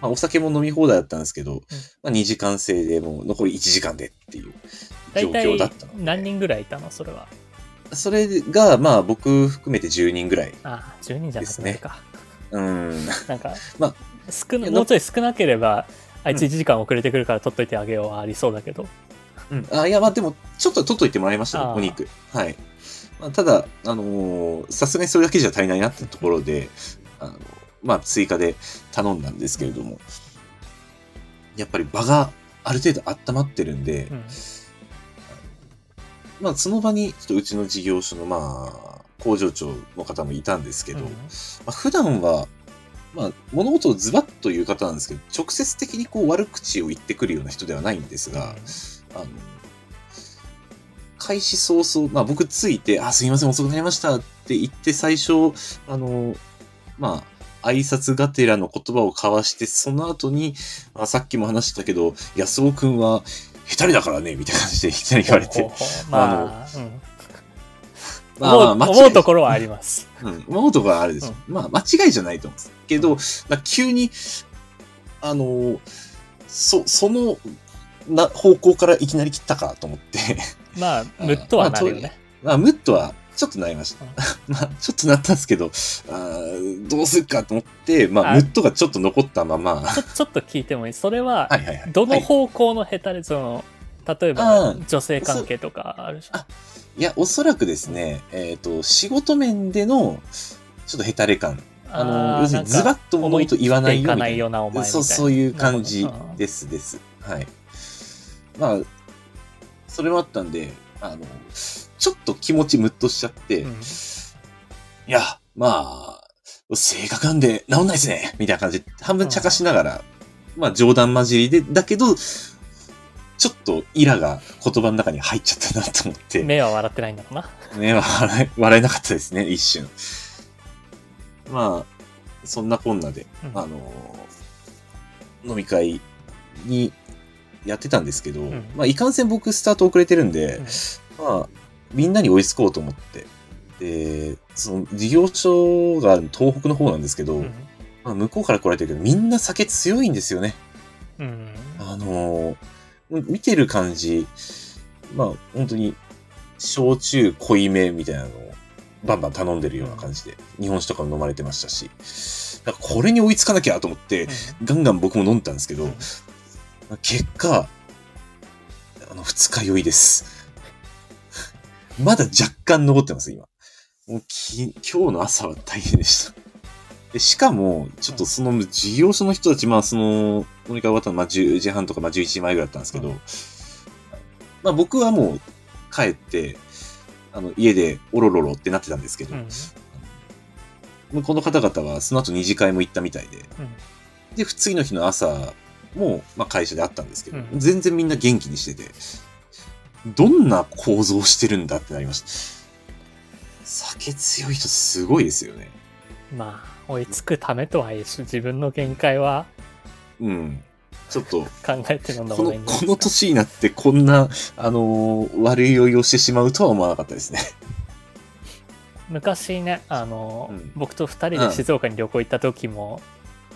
[SPEAKER 2] まあ、お酒も飲み放題だったんですけど、まあ、2時間制でもう残り1時間でっていう
[SPEAKER 1] うん
[SPEAKER 2] 状
[SPEAKER 1] うん
[SPEAKER 2] 況だ
[SPEAKER 1] 大
[SPEAKER 2] っ
[SPEAKER 1] 体
[SPEAKER 2] たので、
[SPEAKER 1] 何人ぐらいいたのそれは
[SPEAKER 2] それが、まあ僕含めて10人ぐらい。
[SPEAKER 1] あ10人じゃなくなるか、
[SPEAKER 2] うん。
[SPEAKER 1] なんか、
[SPEAKER 2] まあ
[SPEAKER 1] 少な
[SPEAKER 2] の
[SPEAKER 1] もうちょい少なければ、あいつ
[SPEAKER 2] うん
[SPEAKER 1] 1時間遅れてくるから取っといてあげようはありそうだけど。
[SPEAKER 2] うん、あいや、まあでも、ちょっと取っといてもらいましたね
[SPEAKER 1] あー
[SPEAKER 2] お肉。はい。まあ、ただ、あのーさすがにそれだけじゃ足りないなってところで、あのまあ、追加で頼んだんですけれども、やっぱり場がある程度温まってるんで、
[SPEAKER 1] うん
[SPEAKER 2] まあ、その場に、ちょっとうちの事業所の、まあ、工場長の方もいたんですけど、
[SPEAKER 1] うん
[SPEAKER 2] まあ、普段は、まあ、物事をズバッという方なんですけど、直接的にこう悪口を言ってくるような人ではないんですが、あの、開始早々、まあ僕ついて、あ、すいません、遅くなりましたって言って、最初、あの、まあ、挨拶がてらの言葉を交わして、その後に、あさっきも話したけど、安尾くんは、下手りだからね、みたいな感じでいきなり言われ
[SPEAKER 1] ほう
[SPEAKER 2] て、
[SPEAKER 1] ほうほうまあ、うん
[SPEAKER 2] まあまあ、
[SPEAKER 1] 思う
[SPEAKER 2] 間違い
[SPEAKER 1] 思うところはあります。
[SPEAKER 2] うん、思うところはあるでしょ。まあ、間違いじゃないと思うんですけど、なんか急に、あのーそ、その、な、方向からいきなり切ったかと思って、
[SPEAKER 1] まあ、むっとはなるよね。
[SPEAKER 2] まあ、ムッとは、ちょっとなりました
[SPEAKER 1] うん。
[SPEAKER 2] まあ、ちょっとなったんですけど、あーどうするかと思って、まあ、
[SPEAKER 1] あ
[SPEAKER 2] ムッとがちょっと残ったまま、は
[SPEAKER 1] ちょ ちょっと聞いてもいい。それは、
[SPEAKER 2] いはいはい。
[SPEAKER 1] どの
[SPEAKER 2] はい
[SPEAKER 1] 方向のヘタレ、その、例えば、
[SPEAKER 2] あー
[SPEAKER 1] 女性関係とかあるじゃん。
[SPEAKER 2] いや、おそらくですね、えっ、と、仕事面での、ちょっとヘタレ感。あの、
[SPEAKER 1] ー
[SPEAKER 2] 要するにズバッと物事言わな
[SPEAKER 1] な
[SPEAKER 2] いようんに
[SPEAKER 1] か思い切っていかないよな、お前みたいな。
[SPEAKER 2] そう、そういう感じ
[SPEAKER 1] なるほどうん
[SPEAKER 2] です、です。はい。まあ、それもあったんで、あの、ちょっと気持ちムッとしちゃって、
[SPEAKER 1] うん
[SPEAKER 2] いや、まあ、性格なんで治んないですねみたいな感じで、半分茶化しながら、まあ冗談混じりで、だけど、ちょっとイラが言葉の中に入っちゃったなと思って、ね
[SPEAKER 1] 目は笑ってないんだろうな。
[SPEAKER 2] 笑え笑えなかったですね、一瞬。まあ、そんなこんなで、
[SPEAKER 1] うん
[SPEAKER 2] あのー飲み会にやってたんですけど、
[SPEAKER 1] ん
[SPEAKER 2] まあ、いかんせん僕スタート遅れてるんで、まあ、みんなに追いつこうと思って。で、その事業所が東北の方なんですけど、
[SPEAKER 1] うん
[SPEAKER 2] まあ、向こうから来られてるけど、みんな酒強いんですよね。
[SPEAKER 1] うん
[SPEAKER 2] あのー見てる感じ、まあ、本当に、焼酎濃いめみたいなのを、バンバン頼んでるような感じで、日本酒とかも飲まれてましたし、だからこれに追いつかなきゃと思って、ガンガン僕も飲んでたんですけど、結果、あの、二日酔いです。まだ若干残ってます、今。もうき今日の朝は大変でした。でしかも、ちょっとその事業所の人たち、まあその、飲み会終わったの、まあ10時半とか、まあ11時前ぐらいだったんですけど、
[SPEAKER 1] うん
[SPEAKER 2] まあ僕はもう帰って、あの、家でおろろろってなってたんですけど、
[SPEAKER 1] うん
[SPEAKER 2] 向こうの方々はその後二次会も行ったみたいで、
[SPEAKER 1] うん
[SPEAKER 2] で、次の日の朝も、まあ、会社で会ったんですけど、
[SPEAKER 1] うん
[SPEAKER 2] 全然みんな元気にしてて、どんな構造してるんだってなりました。酒強い人すごいですよね。
[SPEAKER 1] まあ追いつくためとはいえ自分の限界は
[SPEAKER 2] うん。ちょっと、
[SPEAKER 1] 考えて飲んだ方
[SPEAKER 2] この、
[SPEAKER 1] がいいんじゃない
[SPEAKER 2] こ
[SPEAKER 1] ですか
[SPEAKER 2] の年になってこんな、あのー悪い酔いをしてしまうとは思わなかったですね。
[SPEAKER 1] 昔ねあの、
[SPEAKER 2] うん
[SPEAKER 1] 僕と2人で静岡に旅行行った時も、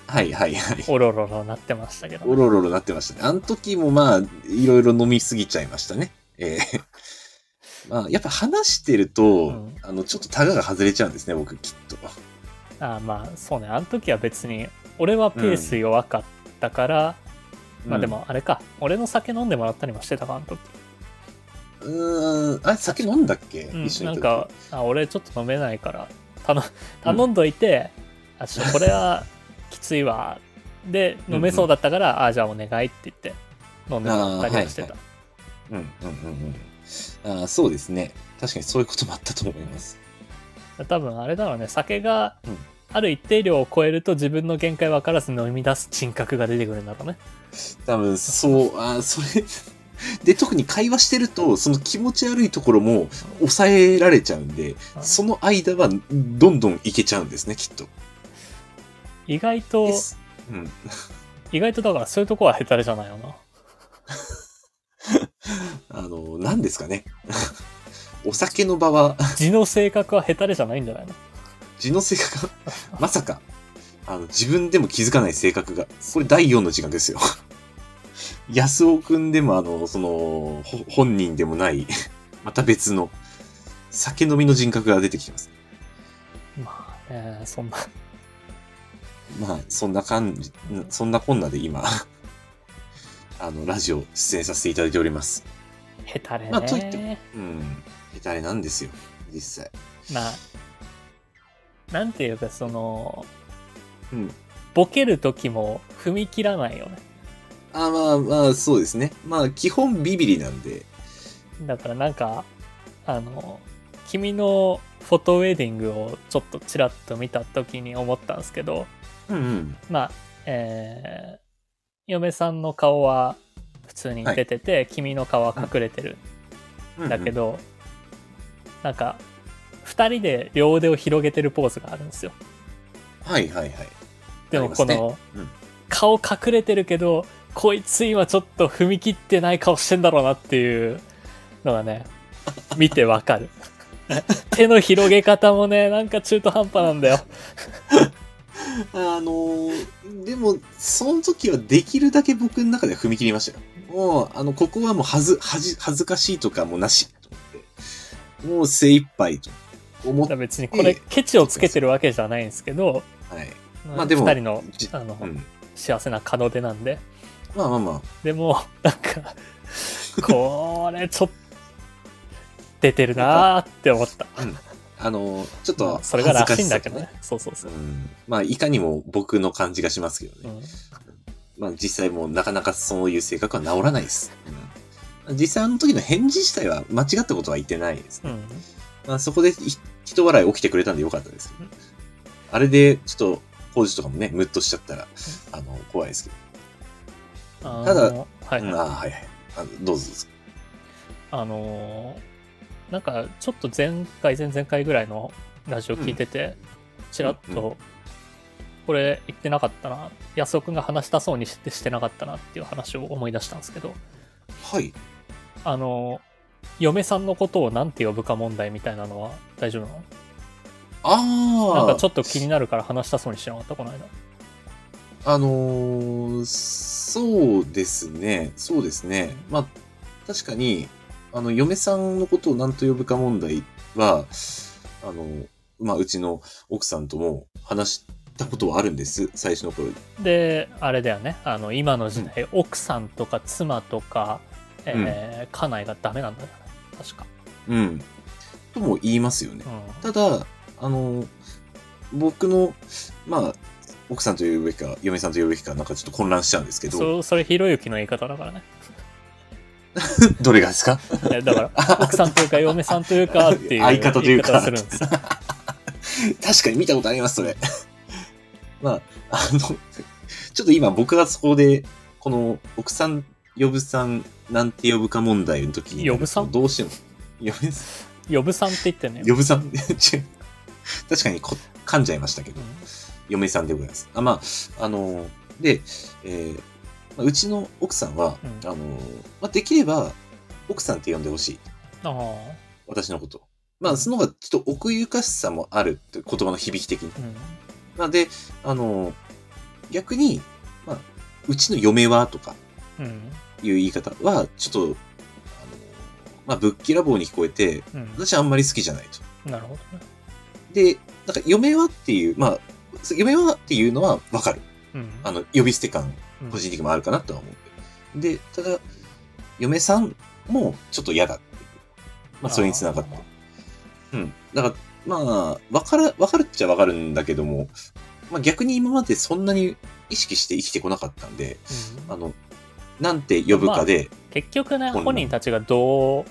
[SPEAKER 2] はいはいはい。
[SPEAKER 1] おろろろなってましたけど、
[SPEAKER 2] おろろろなってましたね。あの時もまあ、いろいろ飲みすぎちゃいましたね。 ええまあ、やっぱ話してると、
[SPEAKER 1] うん
[SPEAKER 2] あの、ちょっとタガが外れちゃうんですね、僕、きっと。
[SPEAKER 1] あまあそうねあの時は別に俺はペース弱かったから、まあでもあれか俺の酒飲んでもらったりもしてたかあの時、
[SPEAKER 2] うん。うーん、あれ、酒飲んだっけ、
[SPEAKER 1] うん
[SPEAKER 2] 一緒に
[SPEAKER 1] な
[SPEAKER 2] 行
[SPEAKER 1] ん
[SPEAKER 2] った
[SPEAKER 1] かあ俺ちょっと飲めないから頼頼んどいて、あ ちょっとこれはきついわで飲めそうだったから、あじゃあお願いって言って飲んでもらったりはしてた、
[SPEAKER 2] 時うんうんうんうん。あーそうですね。確かにそういうこともあったと思います。
[SPEAKER 1] 多分あれだろうね酒が
[SPEAKER 2] うん
[SPEAKER 1] ある一定量を超えると自分の限界分からず飲み出す人格が出てくるんだろうね
[SPEAKER 2] 多分、そう、あーそれ。 で、特に会話してると、その気持ち悪いところも抑えられちゃうんで、
[SPEAKER 1] うん
[SPEAKER 2] その間はどんどんいけちゃうんですね、きっと。
[SPEAKER 1] 意外と
[SPEAKER 2] ですうん。
[SPEAKER 1] 意外とだからそういうとこはヘタレじゃないよな
[SPEAKER 2] あの、何ですかね。 お酒の場は、
[SPEAKER 1] 字の性格はヘタレじゃないんじゃないの
[SPEAKER 2] 字の性格が、まさか、あの、自分でも気づかない性格が、これ第4の時間ですよ。 安尾くんでも、あの、その、ほ本人でもない、 また別の、酒飲みの人格が出てきてます。
[SPEAKER 1] まあねそんな
[SPEAKER 2] まあ、そんな感じ、そんなこんなで今、 あの、ラジオ出演させていただいております。
[SPEAKER 1] ヘタレね、
[SPEAKER 2] まあといってもうん。下手れなんですよ、実際。
[SPEAKER 1] まあなんていうかその
[SPEAKER 2] うん。
[SPEAKER 1] ボケる時も踏み切らないよね
[SPEAKER 2] あまあまあ、そうですね。まあ、基本ビビリなんで。
[SPEAKER 1] だからなんかあの君のフォトウェディングをちょっとちらっと見た時に思ったんですけど
[SPEAKER 2] うんうん。
[SPEAKER 1] まあえー嫁さんの顔は普通に出てて、君の顔は隠れてるんだけど、なんか2人で両腕を広げてるポーズがあるんですよ
[SPEAKER 2] うんうん。はいはいはい。
[SPEAKER 1] でも
[SPEAKER 2] あります
[SPEAKER 1] こ
[SPEAKER 2] ね
[SPEAKER 1] の、
[SPEAKER 2] うん
[SPEAKER 1] 顔隠れてるけどこいつ今ちょっと踏み切ってない顔してんだろうなっていうのがね見てわ かる手の広げ方もねなんか中途半端なんだよ
[SPEAKER 2] あのーでも、その時はできるだけ僕の中では踏み切りましたよ。もう、あの、ここはもうはず、はじ、恥ずかしいとかもうなし、と思って。もう精一杯と思
[SPEAKER 1] だか
[SPEAKER 2] って。
[SPEAKER 1] ら別にこれケチをつけてるわけじゃないんですけど、
[SPEAKER 2] はい。
[SPEAKER 1] ま
[SPEAKER 2] まあでも
[SPEAKER 1] 2人の
[SPEAKER 2] じ
[SPEAKER 1] あの、
[SPEAKER 2] うん。
[SPEAKER 1] 幸せな門出なんで
[SPEAKER 2] まあまあま
[SPEAKER 1] でもなんかこれちょっと出てるなーって思った
[SPEAKER 2] あ。うん。あのーちょっと、
[SPEAKER 1] それがらしいんだけど
[SPEAKER 2] 恥
[SPEAKER 1] ね
[SPEAKER 2] ず
[SPEAKER 1] そうそうそ
[SPEAKER 2] かし
[SPEAKER 1] う
[SPEAKER 2] さとね。うん。まあ、いかにも僕の感じがしますけどね。
[SPEAKER 1] うん
[SPEAKER 2] まあ実際もうなかなかそういう性格は治らないです。うん、実際あの時の返事自体は間違ったことは言ってないです
[SPEAKER 1] う
[SPEAKER 2] ね。
[SPEAKER 1] ん
[SPEAKER 2] まあそこでひ一笑い起きてくれたんでよかったですけど。あれでちょっと工事とかもね、ムッとしちゃったら、あの、怖いですけ
[SPEAKER 1] あの
[SPEAKER 2] ただ
[SPEAKER 1] はい、
[SPEAKER 2] ど。うん、ああ、はいはい。あのどうぞどうぞ。
[SPEAKER 1] あのーなんかちょっと前回前々回ぐらいのラジオ聞いてて、ちらっとこれ言ってなかったな、安尾くんが話したそうにしてしてなかったなっていう話を思い出したんですけど、
[SPEAKER 2] はい。
[SPEAKER 1] あの、嫁さんのことを何て呼ぶか問題みたいなのは大丈夫なの
[SPEAKER 2] ああ。
[SPEAKER 1] なんかちょっと気になるから話したそうにしてなかった、この間。
[SPEAKER 2] あのーそうですね。そうですね。まあ、確かに、あの、嫁さんのことを何と呼ぶか問題は、あの、まあ、うちの奥さんとも話したことはあるんです。最初の頃に。
[SPEAKER 1] で、あれだよね、あの、今の時代、奥さんとか妻とか、えー家内がダメなんだよね、確か。
[SPEAKER 2] うん。とも言いますよね。
[SPEAKER 1] う
[SPEAKER 2] ただ、あの、僕の、まあ、奥さんと呼ぶべきか、嫁さんと呼ぶべきか、なんかちょっと混乱しちゃうんですけ
[SPEAKER 1] ん。
[SPEAKER 2] ど、
[SPEAKER 1] そそれ、ひろゆきの言い方だからね。
[SPEAKER 2] どれがですか
[SPEAKER 1] いやだから、奥さんというか、嫁さんというかっていう
[SPEAKER 2] 相方というか
[SPEAKER 1] 言方をするんですよ。
[SPEAKER 2] 確かに見たことあります、それ。 まあ、あの、ちょっと今僕がそこで、この、奥さん、呼ぶさん、なんて呼ぶか問題の時に、
[SPEAKER 1] 呼ぶさん
[SPEAKER 2] どうしても、呼ぶさ
[SPEAKER 1] 呼ぶさんって言ってね
[SPEAKER 2] ん、。呼ぶさん、違う確かにこ噛んじゃいましたけど
[SPEAKER 1] う、ん
[SPEAKER 2] 嫁さんでございます。あまあ、あの、で、えーまあうちの奥さんは、
[SPEAKER 1] うん
[SPEAKER 2] あの、まあ、できれば、奥さんって呼んでほしい。
[SPEAKER 1] ああ、
[SPEAKER 2] 私のこと。まあ、その方がちょっと奥ゆかしさもあるって言葉の響き的に。
[SPEAKER 1] うん。
[SPEAKER 2] なんで、あの、逆に、まあ、うちの嫁はとか
[SPEAKER 1] うん。
[SPEAKER 2] いう言い方は、ちょっと、あのまあ、ぶっきらぼうに聞こえて、
[SPEAKER 1] うん。
[SPEAKER 2] 私はあんまり好きじゃないと。
[SPEAKER 1] なるほどね。
[SPEAKER 2] で、なんか、嫁はっていう、まあ、嫁はっていうのはわかる。
[SPEAKER 1] うん。
[SPEAKER 2] あの、呼び捨て感、
[SPEAKER 1] うん
[SPEAKER 2] 個人的にもあるかなとは思う。で、ただ、嫁さんもちょっと嫌だっていう。まあ、それにつながって。うん。だから、まあ、わから、わかるっちゃわかるんだけども、まあ逆に今までそんなに意識して生きてこなかったんで、
[SPEAKER 1] うん
[SPEAKER 2] あの、なんて呼ぶかで、
[SPEAKER 1] 結局ね、
[SPEAKER 2] こんな
[SPEAKER 1] 本人たちがどう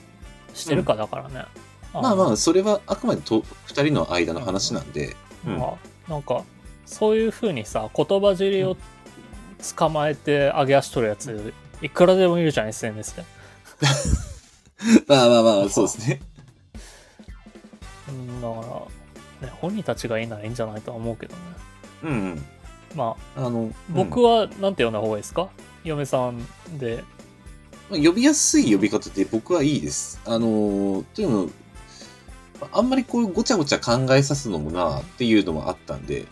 [SPEAKER 1] してるかだからね。
[SPEAKER 2] まあまあ、
[SPEAKER 1] あ
[SPEAKER 2] それはあくまでと二人の間の話なんで、う
[SPEAKER 1] の、
[SPEAKER 2] ん。
[SPEAKER 1] まあなんか、そういうふうにさ、言葉尻を捕まえて上げ足取るやつ、いくらでもいるじゃん、SNS で。
[SPEAKER 2] まあまあまあ、そうですね。
[SPEAKER 1] うんだから、ね、本人たちがいいならいいんじゃないとは思うけどね。
[SPEAKER 2] うんうん。
[SPEAKER 1] まあ、
[SPEAKER 2] あの、
[SPEAKER 1] 僕
[SPEAKER 2] は、
[SPEAKER 1] はなんて呼んだ方がいいですか、嫁さんで。
[SPEAKER 2] まあ呼びやすい呼び方で僕はいいです。あのー、というのも、あんまりこうごちゃごちゃ考えさすのもなっていうのもあったんで、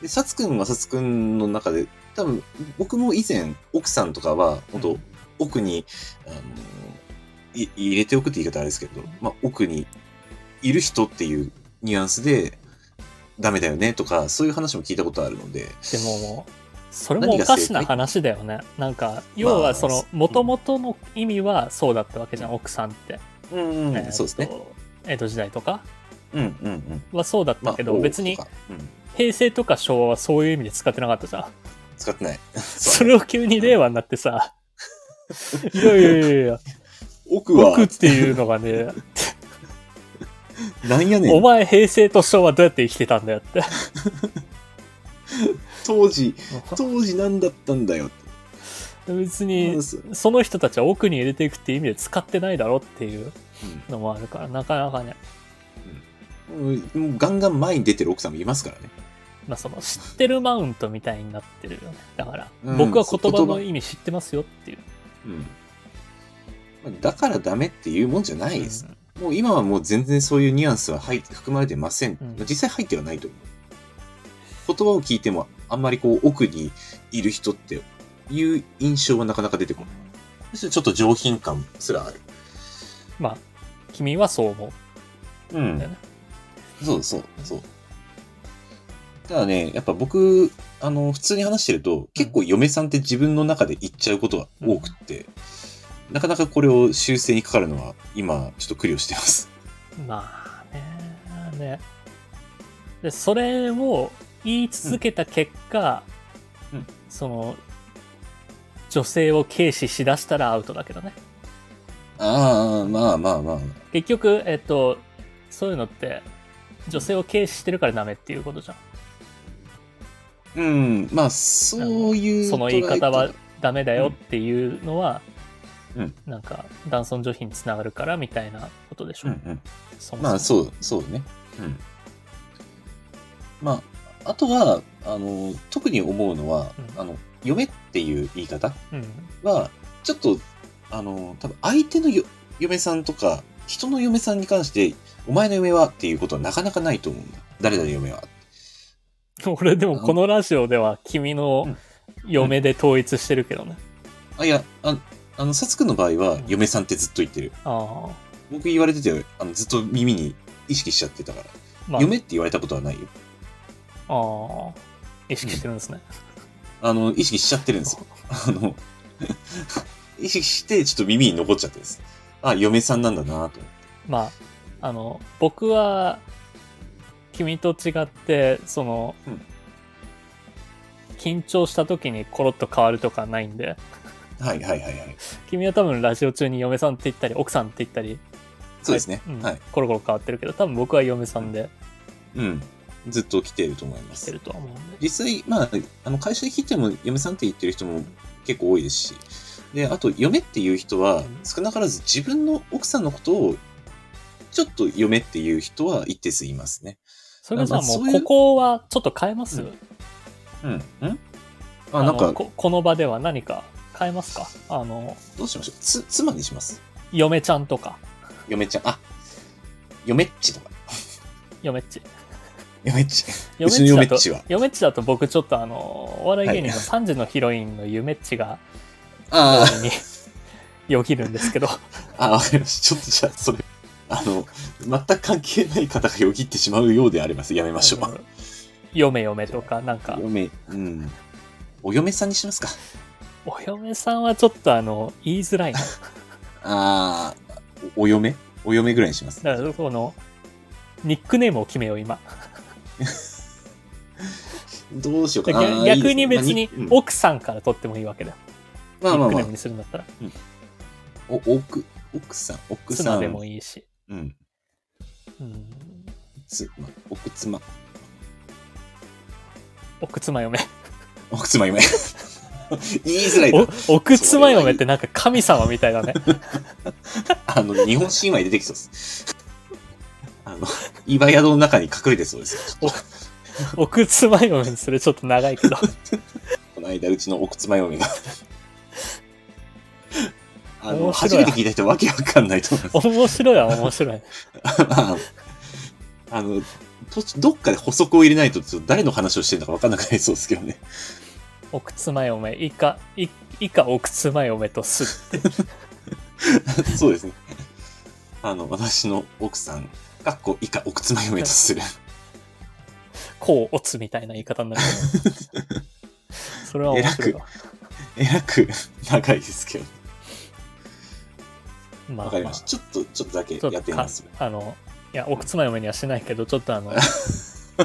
[SPEAKER 2] で、サツくんはサツくんの中で、多分、僕も以前、奥さんとかは、本当奥に、あのい入れておくって言い方あれですけど、まあ、奥にいる人っていうニュアンスで、ダメだよねとか、そういう話も聞いたことあるので、
[SPEAKER 1] でももう、それもおかしな話だよね。なんか、要はそ
[SPEAKER 2] まあ
[SPEAKER 1] の、元々の意味はそうだったわけじゃん、奥さんって。
[SPEAKER 2] うんうん、
[SPEAKER 1] えーっと
[SPEAKER 2] そうですね。。
[SPEAKER 1] 江戸時代とか
[SPEAKER 2] うんうんうん。
[SPEAKER 1] はそうだったけど、
[SPEAKER 2] 王
[SPEAKER 1] 別に
[SPEAKER 2] とかうん、
[SPEAKER 1] 平成とか昭和はそういう意味で使ってなかったじゃん。
[SPEAKER 2] 使ってない。
[SPEAKER 1] それを急に令和になって さ、いやいやいやいや、
[SPEAKER 2] 奥は、
[SPEAKER 1] 僕っていうのがね、
[SPEAKER 2] なんやね
[SPEAKER 1] お
[SPEAKER 2] ん。
[SPEAKER 1] 前平成と昭和どうやって生きてたんだよって。
[SPEAKER 2] 当時、当時何だったんだよって。
[SPEAKER 1] 別
[SPEAKER 2] う
[SPEAKER 1] に
[SPEAKER 2] ん、そう
[SPEAKER 1] その人たちは奥に入れていくっていう意味で使ってないだろっていう
[SPEAKER 2] うん
[SPEAKER 1] のもあるから、なかなかね、
[SPEAKER 2] うんもうガンガン前に出てる奥さんもいますからね。
[SPEAKER 1] まあその知ってるマウントみたいになってるよね。だから、
[SPEAKER 2] うん
[SPEAKER 1] 僕は
[SPEAKER 2] そう
[SPEAKER 1] 言葉
[SPEAKER 2] 言
[SPEAKER 1] の
[SPEAKER 2] 葉
[SPEAKER 1] 意味知ってますよっていう。
[SPEAKER 2] うんまあだからダメっていうもんじゃないです。もう今はもう全然そういうニュアンスは入って含まれてません。
[SPEAKER 1] うん
[SPEAKER 2] まあ実際入ってはないと思う。言葉を聞いてもあんまりこう奥にいる人っていう印象はなかなか出てこない。むしろちょっと上品感すらある。
[SPEAKER 1] まあ、君はそう思う。
[SPEAKER 2] う
[SPEAKER 1] だよね
[SPEAKER 2] ん。そうそう、そう。ただね、やっぱ僕、あの、普通に話してると、結構嫁さんって自分の中で言っちゃうことが多くって、なかなかこれを修正にかかるのは、今、ちょっと苦慮してます。
[SPEAKER 1] まあねねでそれを言い続けた結果、
[SPEAKER 2] うんうん
[SPEAKER 1] その女性を軽視しだしたらアウトだけどね
[SPEAKER 2] ああ、まあまあまあ。
[SPEAKER 1] 結局えっとそういうのって女性を軽視してるからダメっていうことじゃん
[SPEAKER 2] うん、まあ、そういう。
[SPEAKER 1] その言い方はダメだよっていうのは、
[SPEAKER 2] うん
[SPEAKER 1] なんか男尊女卑につながるからみたいなことでし
[SPEAKER 2] う
[SPEAKER 1] ょ、
[SPEAKER 2] んうん。
[SPEAKER 1] そもそも
[SPEAKER 2] まあ、そう、そうね。うん。まあ、あとは、あの、特に思うのは、
[SPEAKER 1] うん
[SPEAKER 2] あの、嫁っていう言い方
[SPEAKER 1] うん。
[SPEAKER 2] は、ちょっと、あの、多分相手のよ嫁さんとか、人の嫁さんに関して、お前の嫁はっていうことはなかなかないと思うんだ。誰々の嫁は。
[SPEAKER 1] 俺でもこのラジオでは君の嫁で統一してるけどね。
[SPEAKER 2] あ、いや、ああの、さつくんの場合は、嫁さんってずっと言ってる。
[SPEAKER 1] ああ。
[SPEAKER 2] 僕言われてて、あのずっと耳に意識しちゃってたから。
[SPEAKER 1] まあ、
[SPEAKER 2] 嫁って言われたことはないよ。
[SPEAKER 1] ああ。意識してるんですね。
[SPEAKER 2] あの、意識しちゃってるんですよ。あの、 意識して、ちょっと耳に残っちゃってるんです。あ、嫁さんなんだなと思って。
[SPEAKER 1] まあ、あの、僕は、君と違って、その、
[SPEAKER 2] うん
[SPEAKER 1] 緊張した時にコロッと変わるとかないんで、
[SPEAKER 2] はいはいはいはい。
[SPEAKER 1] 君は多分ラジオ中に嫁さんって言ったり、奥さんって言ったり、
[SPEAKER 2] そうですね。
[SPEAKER 1] ん
[SPEAKER 2] はい。
[SPEAKER 1] コロコロ変わってるけど、多分僕は嫁さんで
[SPEAKER 2] うん。ずっと来てると思いま
[SPEAKER 1] 来
[SPEAKER 2] す
[SPEAKER 1] て。るとは思うんで。
[SPEAKER 2] 実際、まあ、あの会社に来ても嫁さんって言ってる人も結構多いですし、で、あと、嫁っていう人は、少なからず自分の奥さんのことを、ちょっと嫁っていう人は一定数いますね。
[SPEAKER 1] それが
[SPEAKER 2] ま
[SPEAKER 1] さ、
[SPEAKER 2] あそ
[SPEAKER 1] も
[SPEAKER 2] う
[SPEAKER 1] う
[SPEAKER 2] いう
[SPEAKER 1] ここはちょっと変えます、
[SPEAKER 2] うんうん。んあ、なん
[SPEAKER 1] の
[SPEAKER 2] か、
[SPEAKER 1] こ、この場では何か変えますかあの、
[SPEAKER 2] どうしましょう。つ、妻にします。
[SPEAKER 1] 嫁ちゃんとか、
[SPEAKER 2] 嫁ちゃん、あ、嫁っちとか。
[SPEAKER 1] 嫁っち。
[SPEAKER 2] 嫁っち。う
[SPEAKER 1] 嫁
[SPEAKER 2] ちの嫁っちは
[SPEAKER 1] 嫁っちだと僕ちょっとあの、お笑い芸人の
[SPEAKER 2] はい
[SPEAKER 1] 3時のヒロインの夢っちが
[SPEAKER 2] ああ、
[SPEAKER 1] によぎるんですけど、
[SPEAKER 2] あ、わか りました。ちょっとじゃあ、それ、あの、全く関係ない方がよぎってしまうようであります。やめましょ
[SPEAKER 1] あの嫁嫁とか、なんか
[SPEAKER 2] う。、嫁、うん。お嫁さんにしますか。
[SPEAKER 1] お嫁さんはちょっとあの、言いづらいな。
[SPEAKER 2] ああ、おお嫁お嫁ぐらいにします。
[SPEAKER 1] だからこの、ニックネームを決めよう、今。
[SPEAKER 2] どうしようか
[SPEAKER 1] 逆
[SPEAKER 2] な。あー
[SPEAKER 1] 逆に別に、
[SPEAKER 2] いい
[SPEAKER 1] 奥さんから取ってもいいわけだよ。
[SPEAKER 2] ですねまあにうん
[SPEAKER 1] ニック
[SPEAKER 2] まあ
[SPEAKER 1] ネ
[SPEAKER 2] まあ
[SPEAKER 1] ームにするんだったら、
[SPEAKER 2] まあ、お、奥、奥さん、奥さ
[SPEAKER 1] 妻
[SPEAKER 2] ん。
[SPEAKER 1] でもいいし。
[SPEAKER 2] うん。
[SPEAKER 1] うん、
[SPEAKER 2] 妻、奥妻、
[SPEAKER 1] 奥妻嫁。
[SPEAKER 2] 奥妻 嫁。言いづらいな。
[SPEAKER 1] お 奥妻嫁ってなんか神様みたいだね。
[SPEAKER 2] あの、日本神話に出てきそうです。あの、岩宿の中に隠れてそうですよ。
[SPEAKER 1] 奥妻嫁にするちょっと長いけ ど。
[SPEAKER 2] この間、うちの奥妻嫁が。あの、
[SPEAKER 1] 面白
[SPEAKER 2] 初
[SPEAKER 1] い
[SPEAKER 2] めて聞いた人わけわかんないと思います。
[SPEAKER 1] 面白いは面白い。
[SPEAKER 2] ああの、途中どっかで補足を入れないと、ちょっと誰の話をしてるのかわかんなくなりそうですけ どね。
[SPEAKER 1] 奥妻嫁、以下、い以下奥妻嫁と すって。
[SPEAKER 2] そうですね。あの、私の奥さん、かっこ以下奥妻嫁と する。
[SPEAKER 1] こうおつみたいな言い方になるけど。 それは面白いわ。
[SPEAKER 2] えらく長いですけど。
[SPEAKER 1] ま
[SPEAKER 2] わかりました。ちょっと、ちょっとだけ
[SPEAKER 1] ちょっ
[SPEAKER 2] や
[SPEAKER 1] と
[SPEAKER 2] ってみ
[SPEAKER 1] か
[SPEAKER 2] ます。
[SPEAKER 1] あの、いや、奥妻嫁にはしないけど、ちょっとあ の、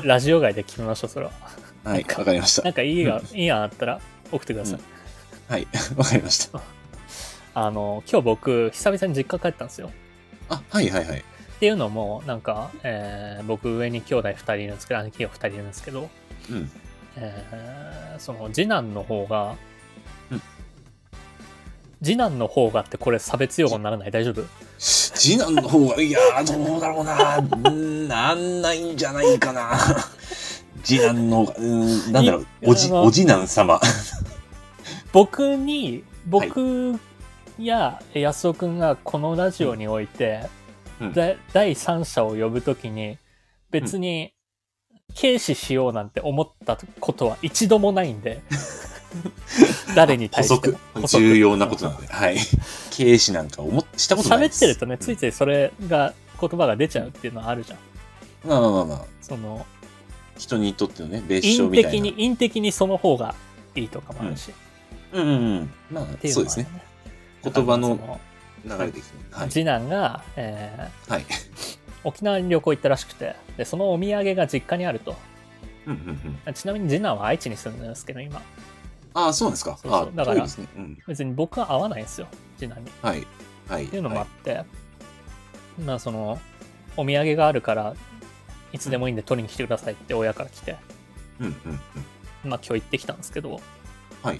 [SPEAKER 1] ラジオ外で決めましょう、それは。
[SPEAKER 2] はい、わかりました
[SPEAKER 1] なん。かいいが、いい案あったら送ってください。
[SPEAKER 2] うんはい、わかりました。
[SPEAKER 1] あの、今日僕、久々に実家帰ったんですよ。
[SPEAKER 2] あ、はいはいはい。
[SPEAKER 1] っていうのも、なんか、えー僕上に兄弟2人いるんですけど、兄貴が2人いるんですけど、
[SPEAKER 2] うん。
[SPEAKER 1] えーその次男の方が、
[SPEAKER 2] うん
[SPEAKER 1] 次男の方がってこれ差別用語にならない大丈夫
[SPEAKER 2] 次男の方が、いやー、どうだろうな。うーん、なんないんじゃないか な。次男の方が、うーん、なんだろう、
[SPEAKER 1] い
[SPEAKER 2] おじ、
[SPEAKER 1] あの
[SPEAKER 2] お次男様。
[SPEAKER 1] 僕に僕や安尾君がこのラジオにおいて、
[SPEAKER 2] うん
[SPEAKER 1] だ第三者を呼ぶときに別に軽視しようなんて思ったことは一度もないん で誰に
[SPEAKER 2] 補
[SPEAKER 1] 対して
[SPEAKER 2] 足
[SPEAKER 1] も。補足
[SPEAKER 2] 重要なことなんで。はい。軽視なんか思っしたことないで
[SPEAKER 1] 喋っ
[SPEAKER 2] す。
[SPEAKER 1] てるとねついついそれが言葉が出ちゃうっていうのはあるじゃん。
[SPEAKER 2] まあまあまあまあ、
[SPEAKER 1] その
[SPEAKER 2] 人にとってのね、別称
[SPEAKER 1] 陰
[SPEAKER 2] みたい
[SPEAKER 1] 的
[SPEAKER 2] な。
[SPEAKER 1] に、陰的にその方がいいとかもあるし、っ
[SPEAKER 2] うんうんうん。まあ、
[SPEAKER 1] ていう
[SPEAKER 2] そ
[SPEAKER 1] のも
[SPEAKER 2] うで
[SPEAKER 1] あ
[SPEAKER 2] す
[SPEAKER 1] る
[SPEAKER 2] ね
[SPEAKER 1] よ。ね。
[SPEAKER 2] 言葉
[SPEAKER 1] だ
[SPEAKER 2] の
[SPEAKER 1] から
[SPEAKER 2] 流れ的に。はい
[SPEAKER 1] そ。次男が、え
[SPEAKER 2] はい。
[SPEAKER 1] ー沖縄に旅行行ったらしくてで、そのお土産が実家にあると。
[SPEAKER 2] うんうんうん。
[SPEAKER 1] ちなみに次男は愛知に住んでるんですけど、今。
[SPEAKER 2] ああ、そうなんですか。
[SPEAKER 1] そうそう
[SPEAKER 2] ああ、
[SPEAKER 1] だか
[SPEAKER 2] 遠
[SPEAKER 1] ら
[SPEAKER 2] いですね。うん。
[SPEAKER 1] 別に僕は会わないんですよ、次男に。っ
[SPEAKER 2] はい。はい。って
[SPEAKER 1] いうのもあって、まあその、お土産があるから、いつでもいいんで取りに来てくださいって親から来て、
[SPEAKER 2] うんうんうん。
[SPEAKER 1] まあ今日行ってきたんですけど、
[SPEAKER 2] はい。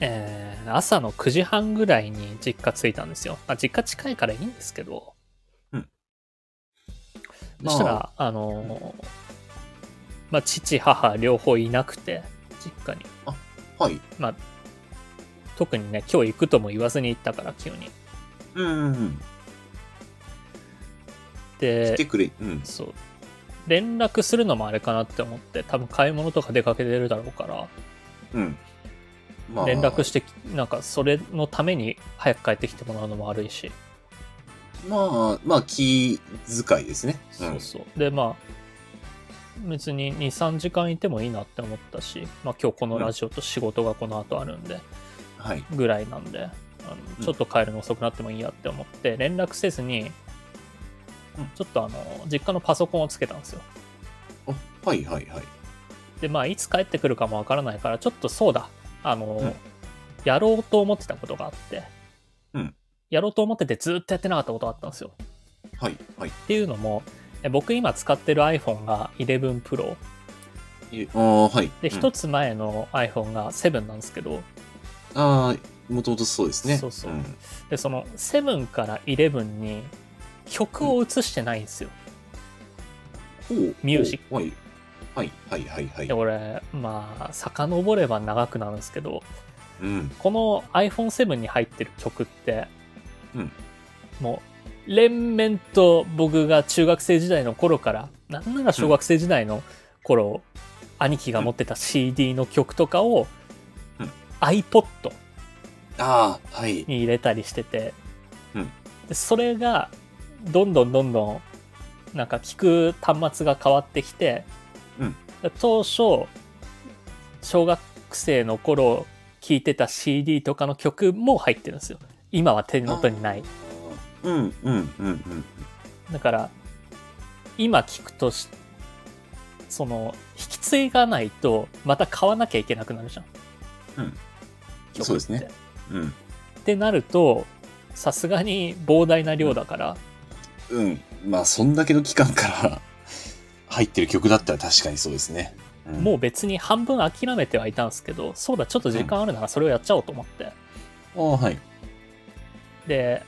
[SPEAKER 1] えー朝の9時半ぐらいに実家着いたんですよ。まあ、実家近いからいいんですけど。
[SPEAKER 2] うん
[SPEAKER 1] そしたら、
[SPEAKER 2] ま
[SPEAKER 1] あ、のーまあ、父、母、両方いなくて、実家に。
[SPEAKER 2] はい。
[SPEAKER 1] まあ、特にね、今日行くとも言わずに行ったから、急に。
[SPEAKER 2] うんうんうん。来
[SPEAKER 1] で
[SPEAKER 2] て、くれ。うん。
[SPEAKER 1] そう。連絡するのもあれかなって思って、多分買い物とか出かけてるだろうから、
[SPEAKER 2] うん。ま
[SPEAKER 1] 連絡してき、なんかそれのために早く帰ってきてもらうのも悪いし、
[SPEAKER 2] まあ、まあ、気遣いですね。う
[SPEAKER 1] そ
[SPEAKER 2] ん
[SPEAKER 1] う。そう。で、まあ、別に2、3時間いてもいいなって思ったし、まあ今日このラジオと仕事がこの後あるんで、
[SPEAKER 2] はい。
[SPEAKER 1] ぐらいなんで、あ
[SPEAKER 2] うん
[SPEAKER 1] のちょっと帰るの遅くなってもいいやって思って、連絡せずに
[SPEAKER 2] うん、
[SPEAKER 1] ちょっとあの、実家のパソコンをつけたんですよ。
[SPEAKER 2] あはいはいはい。
[SPEAKER 1] で、まあ、いつ帰ってくるかもわからないから、ちょっとそうだ、あの、
[SPEAKER 2] うん
[SPEAKER 1] やろうと思ってたことがあって、
[SPEAKER 2] うん
[SPEAKER 1] やろうと思っててずっとやってなかったことがあったんですよ。
[SPEAKER 2] はいはい。
[SPEAKER 1] っていうのも、え僕今使ってる iPhone が 11Pro
[SPEAKER 2] えああ、はい。
[SPEAKER 1] で、
[SPEAKER 2] うん
[SPEAKER 1] 一つ前の iPhone が7なんですけど、
[SPEAKER 2] ああ、もともとそうですね。
[SPEAKER 1] そうそうんで、その7から11に曲を映してないんですよ。
[SPEAKER 2] ほう
[SPEAKER 1] ミュージック
[SPEAKER 2] ほうはい。はいはいはいはい
[SPEAKER 1] で、。俺、まあ、遡れば長くなるんですけど、
[SPEAKER 2] うん。
[SPEAKER 1] この iPhone7 に入ってる曲って、
[SPEAKER 2] うん
[SPEAKER 1] もう連綿と僕が中学生時代の頃からなんなら小学生時代の頃、兄貴が持ってた CD の曲とかを、
[SPEAKER 2] うん
[SPEAKER 1] iPod
[SPEAKER 2] ああ、はい。
[SPEAKER 1] に入れたりしてて、
[SPEAKER 2] うん
[SPEAKER 1] でそれがどんどんどんどんなんか聞く端末が変わってきて、
[SPEAKER 2] うん
[SPEAKER 1] 当初小学生の頃聴いてた CD とかの曲も入ってるんですよ今は手元にない
[SPEAKER 2] あー。うんうんうんうん。
[SPEAKER 1] だから今聞くとしその引き継がないとまた買わなきゃいけなくなるじゃん、
[SPEAKER 2] うん
[SPEAKER 1] 曲って
[SPEAKER 2] そうですねうん。
[SPEAKER 1] ってなるとさすがに膨大な量だから、
[SPEAKER 2] うん。まあ、そんだけの期間から 入ってる曲だったら確かにそうですね。うん
[SPEAKER 1] もう別に半分諦めてはいたんですけどそうだちょっと時間あるならそれをやっちゃおうと思って、
[SPEAKER 2] ああ、はい。
[SPEAKER 1] で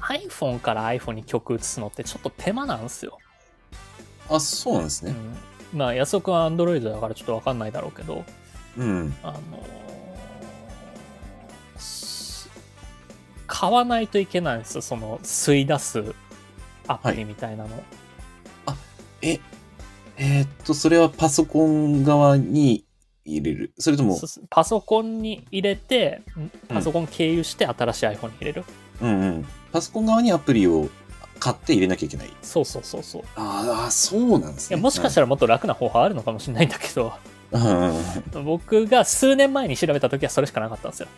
[SPEAKER 1] iPhone から iPhone に曲移すのってちょっと手間なんですよ、
[SPEAKER 2] あ、そうなんです
[SPEAKER 1] う
[SPEAKER 2] ね。
[SPEAKER 1] ん、まあ安岡は Android だからちょっと分かんないだろうけど
[SPEAKER 2] うん。
[SPEAKER 1] あのーす買わないといけないんですよその吸い出すアプリみたいなの、
[SPEAKER 2] え、えーっと、それはパソコン側に入れるそれとも
[SPEAKER 1] そ、パソコンに入れてんパソコン経由して新しい iPhone に入れる、
[SPEAKER 2] うんうん。パソコン側にアプリを買って入れなきゃいけない。
[SPEAKER 1] そうそうそうそう
[SPEAKER 2] あーあー、そうなんです
[SPEAKER 1] い
[SPEAKER 2] ね。
[SPEAKER 1] やもしかしたらもっと楽な方法あるのかもしれないんだけど、
[SPEAKER 2] ら。うんうんうん。
[SPEAKER 1] 僕が数年前に調べた時はそれしかなかったんですよ。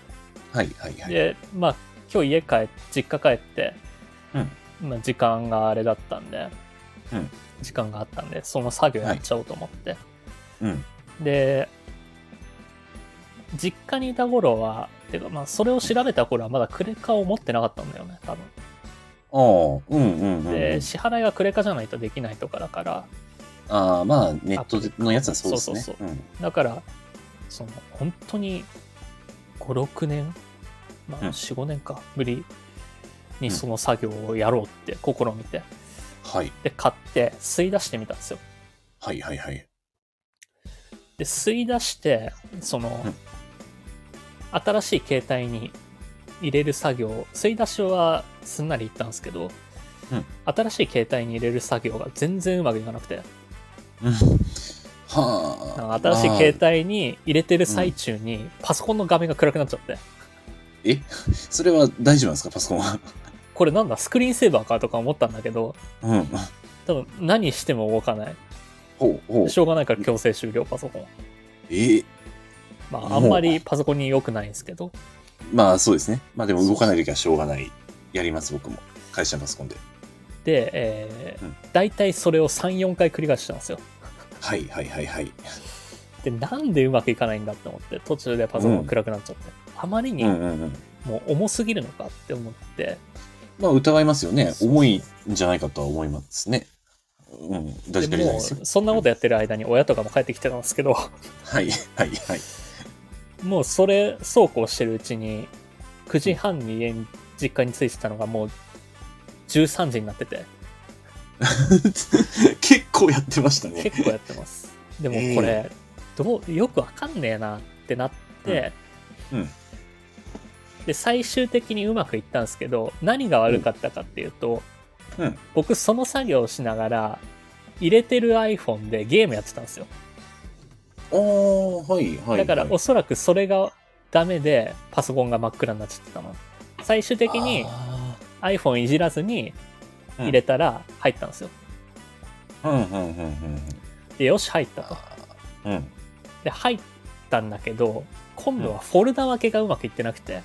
[SPEAKER 2] はいはいはい。
[SPEAKER 1] で、まあ、今日家帰っ、実家帰って、
[SPEAKER 2] うん
[SPEAKER 1] まあ、時間があれだったんで、
[SPEAKER 2] うん
[SPEAKER 1] 時間があったんで、その作業やっちゃおうと思って。
[SPEAKER 2] うん。
[SPEAKER 1] で、実家にいた頃は、てかまあ、それを調べた頃はまだクレカを持ってなかったんだよね、多分。
[SPEAKER 2] ああ、うんうんうんう
[SPEAKER 1] で、
[SPEAKER 2] ん。
[SPEAKER 1] 支払いがクレカじゃないとできないとかだから、
[SPEAKER 2] ああ、まあ、ネットでのやつはそうですね。
[SPEAKER 1] そう
[SPEAKER 2] そう
[SPEAKER 1] だから、その、本当に、5、6年、まあ、
[SPEAKER 2] うん
[SPEAKER 1] 4、5年か、ぶりに
[SPEAKER 2] うん
[SPEAKER 1] その作業をやろうって試みて、
[SPEAKER 2] ん。はい。
[SPEAKER 1] で、買って、吸い出してみたんですよ。
[SPEAKER 2] はいはいはい。
[SPEAKER 1] で、吸い出して、その
[SPEAKER 2] うん、
[SPEAKER 1] 新しい携帯に入れる作業、吸い出しはすんなりいったんですけど
[SPEAKER 2] うん、
[SPEAKER 1] 新しい携帯に入れる作業が全然うまくいかなくて、
[SPEAKER 2] うんはあ。
[SPEAKER 1] なんか新しい携帯に入れてる最中に、パソコンの画面が暗くなっちゃって、
[SPEAKER 2] 帯。えそれは大丈夫なんですか、パソコンは。
[SPEAKER 1] これなんだスクリーンセーバーかとか思ったんだけど
[SPEAKER 2] うん。
[SPEAKER 1] 多分何しても動かない
[SPEAKER 2] ほうほう
[SPEAKER 1] し。ょうがないから強制終了パソコン
[SPEAKER 2] えー
[SPEAKER 1] ま
[SPEAKER 2] うん
[SPEAKER 1] ああんまりパソコンに良くないんですけど
[SPEAKER 2] まあそうですね。まあでも動かないときはしょうがない。やります、僕も。会社のパソコンで。
[SPEAKER 1] で、えー
[SPEAKER 2] うん
[SPEAKER 1] 大体それを34回繰り返してたんですよ
[SPEAKER 2] はいはいはいはい。
[SPEAKER 1] でなんでうまくいかないんだって思って途中でパソコンが暗くなっちゃって、あまりに
[SPEAKER 2] うんうんうん。
[SPEAKER 1] もう重すぎるのかって思って、
[SPEAKER 2] まあ疑いますよね。
[SPEAKER 1] そう
[SPEAKER 2] 重いんじゃないかとは思いますね。うん。大丈夫じゃない
[SPEAKER 1] も
[SPEAKER 2] ですよ
[SPEAKER 1] う。そんなことやってる間に親とかも帰ってきてたんですけど
[SPEAKER 2] はいはいはい。
[SPEAKER 1] もうそれそうこうしてるうちに9時半に家に実家に着いてたのがもう13時になってて
[SPEAKER 2] 結構やってましたね。
[SPEAKER 1] 結構やってますでもこれ、どうよくわかんねえなってなって、
[SPEAKER 2] うんうん
[SPEAKER 1] で最終的にうまくいったんですけど何が悪かったかっていうと、
[SPEAKER 2] うん
[SPEAKER 1] 僕その作業をしながら入れてる iPhone でゲームやってたんですよ
[SPEAKER 2] あー、はい、はい。
[SPEAKER 1] だから
[SPEAKER 2] はい
[SPEAKER 1] おそらくそれがダメでパソコンが真っ暗になっちゃってたの最終的に
[SPEAKER 2] あ
[SPEAKER 1] iPhone いじらずに
[SPEAKER 2] ー
[SPEAKER 1] 入れたら入ったんですよ、
[SPEAKER 2] うん、うん、うん、うんうん。
[SPEAKER 1] でよし入ったと
[SPEAKER 2] うん。うん
[SPEAKER 1] で入ったんだけど今度はフォルダ分けがうまくいってなくて、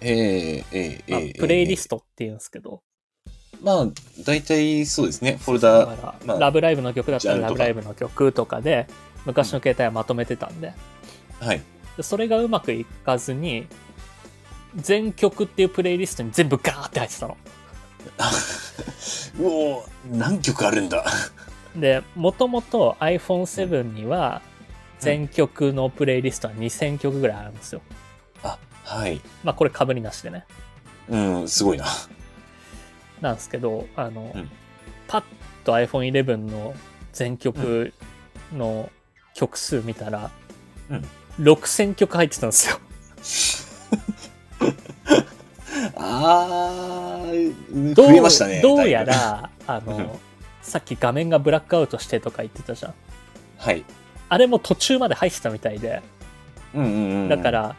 [SPEAKER 2] えええええ
[SPEAKER 1] まあ
[SPEAKER 2] え
[SPEAKER 1] プレイリ
[SPEAKER 2] ト。
[SPEAKER 1] ストっていうんですけど、
[SPEAKER 2] まあ、大体そうですね。フォル
[SPEAKER 1] だ
[SPEAKER 2] ダ、
[SPEAKER 1] から、
[SPEAKER 2] まあ
[SPEAKER 1] ラブライブの曲だったら
[SPEAKER 2] ジ
[SPEAKER 1] ラブ
[SPEAKER 2] ャンルとか
[SPEAKER 1] ライブの曲とかで昔の携帯はまとめてたんで
[SPEAKER 2] はい。
[SPEAKER 1] でそれがうまくいかずに全曲っていうプレイリストに全部ガーって入ってたの
[SPEAKER 2] うおー何曲あるんだ。
[SPEAKER 1] でもともと iPhone7 には全曲のプレイリストは2000曲ぐらいあるんですよ
[SPEAKER 2] あ、はい。
[SPEAKER 1] まあこれかぶりなしでね
[SPEAKER 2] うん、すごいな。
[SPEAKER 1] なんですけどあの、
[SPEAKER 2] うん
[SPEAKER 1] パッと iPhone11 の全曲の曲数見たら、
[SPEAKER 2] うん
[SPEAKER 1] 6000曲入ってたんですよ。
[SPEAKER 2] あー、 増えましたね。
[SPEAKER 1] どうや
[SPEAKER 2] だい
[SPEAKER 1] ら、あ
[SPEAKER 2] うん
[SPEAKER 1] の、さっき画面がブラックアウトしてとか言ってたじゃん。
[SPEAKER 2] ぶ。はい。
[SPEAKER 1] あれも途中まで入ってたみたいで、
[SPEAKER 2] うんうんうん。
[SPEAKER 1] だか。ら、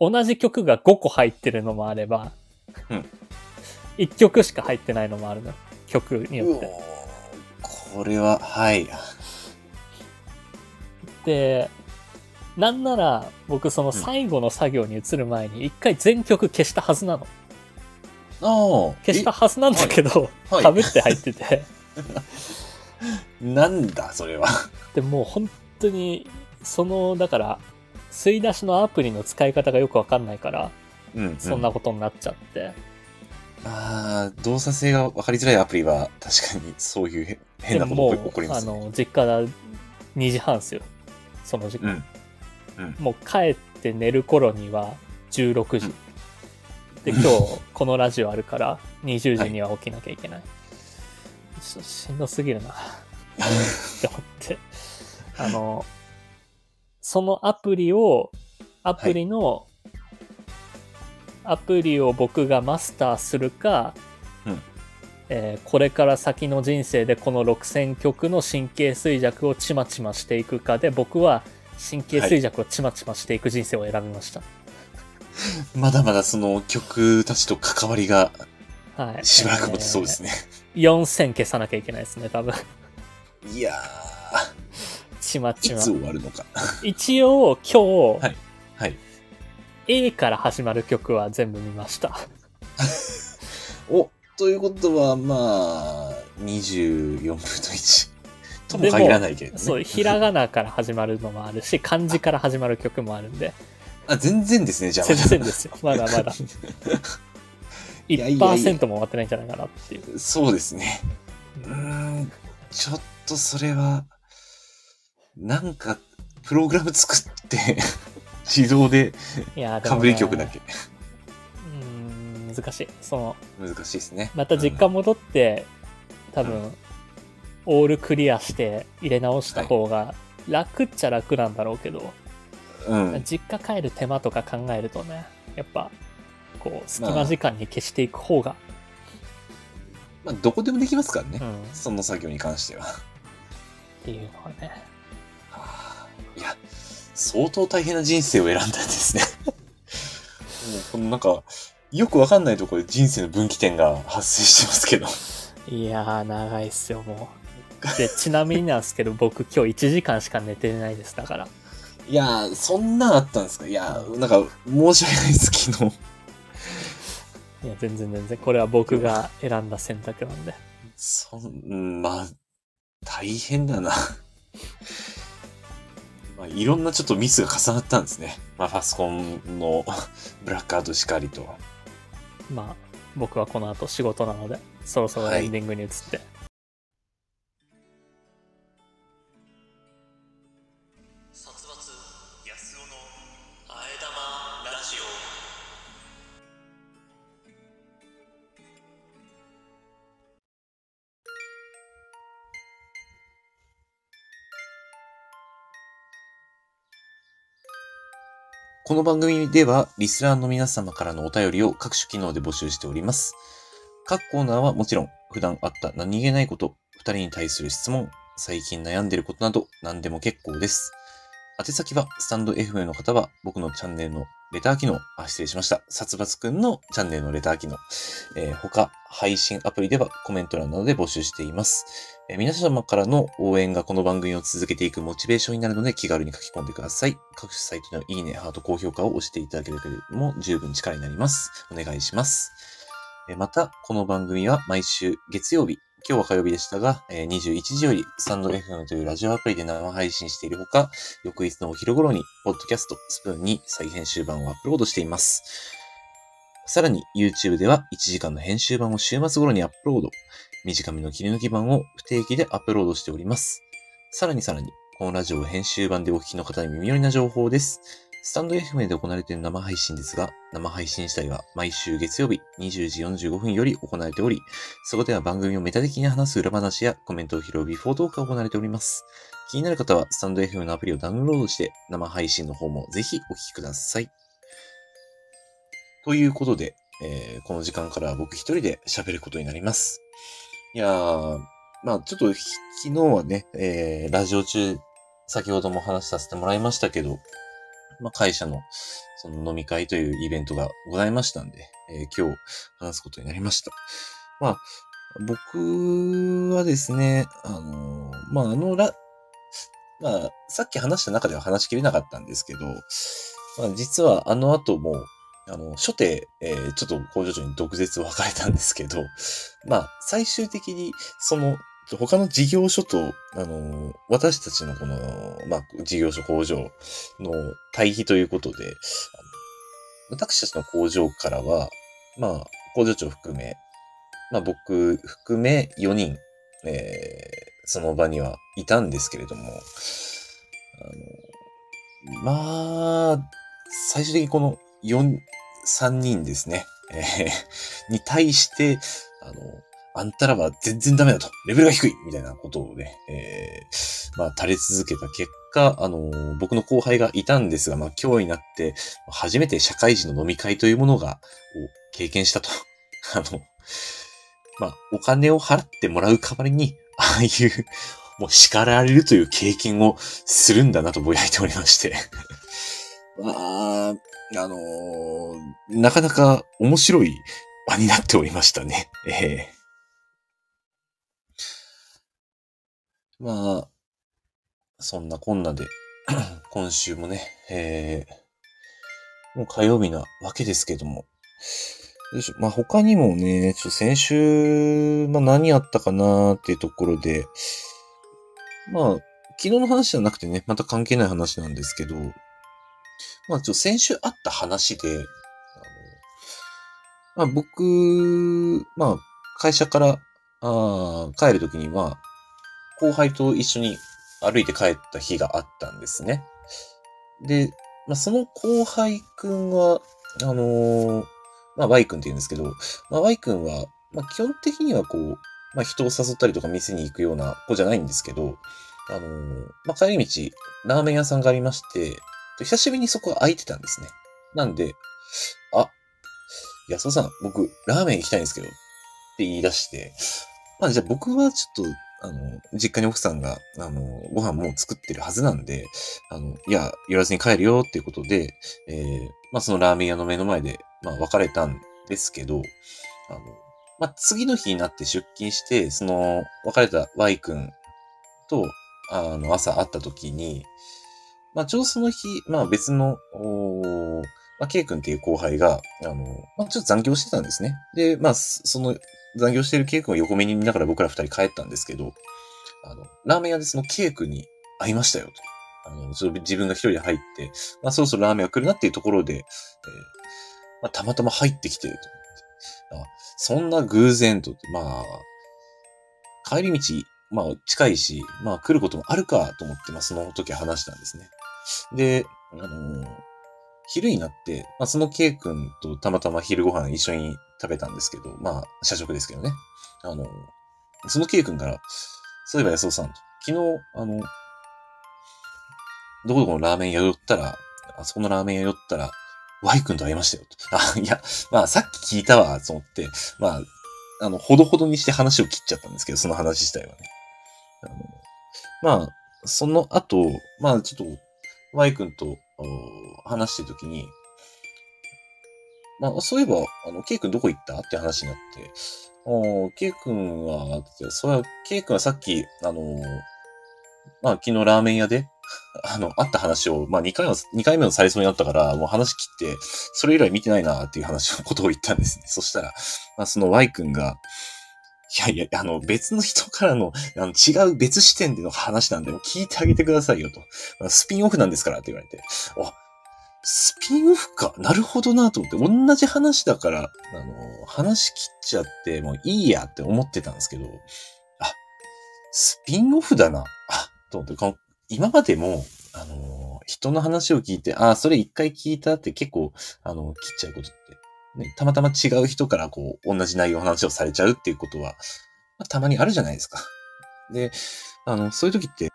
[SPEAKER 1] 同じ曲が5個入ってるのもあれば、
[SPEAKER 2] うん
[SPEAKER 1] 1曲しか入ってないのもあるの。曲に
[SPEAKER 2] う
[SPEAKER 1] よっ
[SPEAKER 2] お
[SPEAKER 1] て
[SPEAKER 2] ー。これは、はい。
[SPEAKER 1] でなんなら僕その最後の作業に移る前に一回全曲消したはずなの
[SPEAKER 2] ああ。
[SPEAKER 1] 消したはずなんだけど
[SPEAKER 2] えはい
[SPEAKER 1] かぶって入ってて
[SPEAKER 2] えなんだ、それは。
[SPEAKER 1] でもう本当にそのだから吸い出しのアプリの使い方がよくわかんないから
[SPEAKER 2] うん、うん。
[SPEAKER 1] そんな。ことになっちゃって、
[SPEAKER 2] ああ、動作性が分かりづらいアプリは、確かにそういうへ変
[SPEAKER 1] で
[SPEAKER 2] な
[SPEAKER 1] も
[SPEAKER 2] こ
[SPEAKER 1] も
[SPEAKER 2] と
[SPEAKER 1] う
[SPEAKER 2] が起こりま
[SPEAKER 1] あ
[SPEAKER 2] すね。
[SPEAKER 1] の実家が2時半ですよその時間、
[SPEAKER 2] うん。
[SPEAKER 1] もう帰って寝る頃には16時、
[SPEAKER 2] うん
[SPEAKER 1] で今日このラジオあるから20時には起きなきゃいけない、ちょっとしんどすぎ るなって思ってあのそのアプリをアプリの、アプリを僕がマスターするか、
[SPEAKER 2] うん
[SPEAKER 1] えーこれから先の人生でこの6000曲の神経衰弱をちまちましていくかで僕は神経衰弱をちまちましていく人生を選びました、
[SPEAKER 2] まだまだその曲たちと関わりが
[SPEAKER 1] はい、
[SPEAKER 2] しばらく持てそうですね。
[SPEAKER 1] えー4000消さなきゃいけないですね多分
[SPEAKER 2] いや
[SPEAKER 1] ちま
[SPEAKER 2] ー、
[SPEAKER 1] ち
[SPEAKER 2] い
[SPEAKER 1] ま
[SPEAKER 2] つ終わるのか。
[SPEAKER 1] 一応今日、
[SPEAKER 2] はいはい
[SPEAKER 1] A から始まる曲は全部見ました
[SPEAKER 2] お、ということは、まあ、24分の1。と
[SPEAKER 1] で
[SPEAKER 2] も
[SPEAKER 1] も
[SPEAKER 2] 限らないけれどね。
[SPEAKER 1] そうひらがなから始まるのもあるし漢字から始まる曲もあるんで
[SPEAKER 2] あ、全然ですね、じゃあ。
[SPEAKER 1] 全然ですよまだまだ
[SPEAKER 2] いやいやいや
[SPEAKER 1] 1%も終わってないんじゃないかなっていう
[SPEAKER 2] そうですね。うーん、ちょっとそれは、なんか、プログラム作って、自動で
[SPEAKER 1] いやーでも
[SPEAKER 2] か
[SPEAKER 1] ね
[SPEAKER 2] ぶり曲だけ。
[SPEAKER 1] うーん難しいその
[SPEAKER 2] 難しいですね。
[SPEAKER 1] また実家戻って、多分、オールクリアして入れ直した方が楽っちゃ楽なんだろうけど、
[SPEAKER 2] うん。うん。
[SPEAKER 1] 実家帰る手間とか考えるとねやっぱこう隙間時間に消していく方が、
[SPEAKER 2] まあ、どこでもできますからね。
[SPEAKER 1] うん、っ
[SPEAKER 2] その作業に関しては。
[SPEAKER 1] ていうのはね
[SPEAKER 2] はあいや、相当大変な人生を選んだんですね。 もうこのなんか、よくわかんないところで人生の分岐点が発生してますけど。
[SPEAKER 1] いやー長いっすよもうでちなみになんですけど 僕今日1時間しか寝てないですだから
[SPEAKER 2] いやー、そんなんあったんですかいやー、なんか、申し訳ないです、昨日。
[SPEAKER 1] いや全然全然これは僕が選んだ選択なんで
[SPEAKER 2] そん、うんまあ、大変だな。 まあ、いろんなちょっとミスが重なったんですね。まあ、パソコンのブラックアウトしかりと。
[SPEAKER 1] まあ僕はこの後仕事なのでそろそろエンディングに移って、
[SPEAKER 3] 殺伐安尾のあえ玉ラジオ
[SPEAKER 2] この番組では、リスナーの皆様からのお便りを各種機能で募集しております。各コーナーはもちろん、普段あった何気ないこと、二人に対する質問、最近悩んでることなど、何でも結構です。宛先は、スタンド FM の方は、僕のチャンネルのレター機能、あ、失礼しました。殺伐くんのチャンネルのレター機能、えー他、配信アプリではコメント欄などで募集しています。えー皆様からの応援がこの番組を続けていくモチベーションになるので気軽に書き込んでください。各種サイトのいいね、ハート、高評価を押していただけるだけでも十分力になります。お願いします。えーまた、この番組は毎週月曜日、今日は火曜日でしたが、えー21時よりスタンド FM というラジオアプリで生配信しているほか、翌日のお昼頃に、ポッドキャストスプーンに再編集版をアップロードしています。さらに、YouTube では1時間の編集版を週末頃にアップロード。短めの切り抜き版を不定期でアップロードしております。さらにさらに、このラジオを編集版でお聞きの方に耳寄りな情報です。スタンド FM で行われている生配信ですが、生配信自体は毎週月曜日20時45分より行われており、そこでは番組をメタ的に話す裏話やコメントを拾うビフォートークが行われております。気になる方は、スタンド FM のアプリをダウンロードして、生配信の方もぜひお聞きください。ということで、えーこの時間から僕一人で喋ることになります。いやー、まあちょっとひ昨日はね、えーラジオ中、先ほども話させてもらいましたけど、まあ会社のその飲み会というイベントがございましたんで、えー今日話すことになりました。まあ、僕はですね、あのーまああのラ、まあ、さっき話した中では話しきれなかったんですけど、まあ、実はあの後も、あの、初手、えーちょっと工場長に毒舌を吐かれたんですけど、まあ、最終的に、その、他の事業所と、あの、私たちのこの、まあ、事業所工場の対比ということで、あの私たちの工場からは、まあ、工場長含め、まあ、僕含め4人、えーその場にはいたんですけれども、あのまあ、最終的にこの4、3人ですね、えーに対して、あの、あんたらは全然ダメだと、レベルが低いみたいなことをね、えーまあ、垂れ続けた結果、あの、僕の後輩がいたんですが、まあ、今日になって、初めて社会人の飲み会というものが、を経験したと。 あの、まあ、お金を払ってもらう代わりに、ああいう、もう叱られるという経験をするんだなとぼやいておりまして。 まあ、あのーなかなか面白い場になっておりましたね。ええまあ、そんなこんなで、 今週もね、ええもう火曜日なわけですけども、よいしょ。まあ、他にもね、ちょっと先週、まあ、何あったかなーっていうところで、まあ、昨日の話じゃなくてね、また関係ない話なんですけど、まあ、ちょっと先週あった話で、あのまあ、僕、まあ、会社から、あー帰るときには、後輩と一緒に歩いて帰った日があったんですね。で、まあ、その後輩くんは、あのーまあ、Y 君って言うんですけど、まあ、Y 君は、まあ、基本的にはこう、まあ、人を誘ったりとか店に行くような子じゃないんですけど、あのーまあ、帰り道、ラーメン屋さんがありまして、で久しぶりにそこが空いてたんですね。なんで、あ、安田さん、僕、ラーメン行きたいんですけど、って言い出して、まあ、じゃあ僕はちょっと、あの、実家に奥さんが、あの、ご飯もう作ってるはずなんで、あの、いや、寄らずに帰るよっていうことで、えーまあそのラーメン屋の目の前で、まあ別れたんですけど、あの、まあ次の日になって出勤して、その別れた Y 君と、あの、朝会った時に、まあちょうどその日、まあ別の、おーまあ K 君っていう後輩が、あの、まあちょっと残業してたんですね。で、まあそその残業してる K 君を横目に見ながら僕ら二人帰ったんですけど、あの、ラーメン屋でその K 君に会いましたよと。あの、ちょっと自分が一人で入って、まあそろそろラーメンが来るなっていうところで、えーまあ、たまたま入ってきてると思って。あそんな偶然と、まあ、帰り道、まあ近いし、まあ来ることもあるかと思って、まあその時は話したんですね。で、あのー昼になって、まあその K 君とたまたま昼ご飯一緒に食べたんですけど、まあ社食ですけどね。あのーその K 君から、そういえば安尾さんと、昨日、あの、どこどこのラーメン屋寄ったら、あのあそこのラーメン屋寄ったら、Y 君と会いましたよ。あ、いや、まあさっき聞いたわ、と思って、まあ、あの、ほどほどにして話を切っちゃったんですけど、その話自体はね。あのまあ、その後、まあちょっと、Y 君とお話してるときに、まあ、そういえば、あの、K 君どこ行ったって話になって、おー K 君は、ってそれは、K 君はさっき、あのーまあ、昨日ラーメン屋で、あの、会った話を、まあ、2回は、二回目の再送になったから、もう話切って、それ以来見てないな、っていう話のことを言ったんですね。そしたら、まあ、その Y 君が、いやいや、あの、別の人からの、あの、違う別視点での話なんで、聞いてあげてくださいよ、と。まあスピンオフなんですから、って言われて。あ、スピンオフか。なるほどなと思って、同じ話だから、あの、話切っちゃって、もういいやって思ってたんですけど、あ、スピンオフだな。あ、と思って、この今までも、あの、人の話を聞いて、あ、それ一回聞いたって結構、あの、切っちゃうことって、ね、たまたま違う人からこう、同じ内容の話をされちゃうっていうことは、まあたまにあるじゃないですか。で、あの、そういう時って、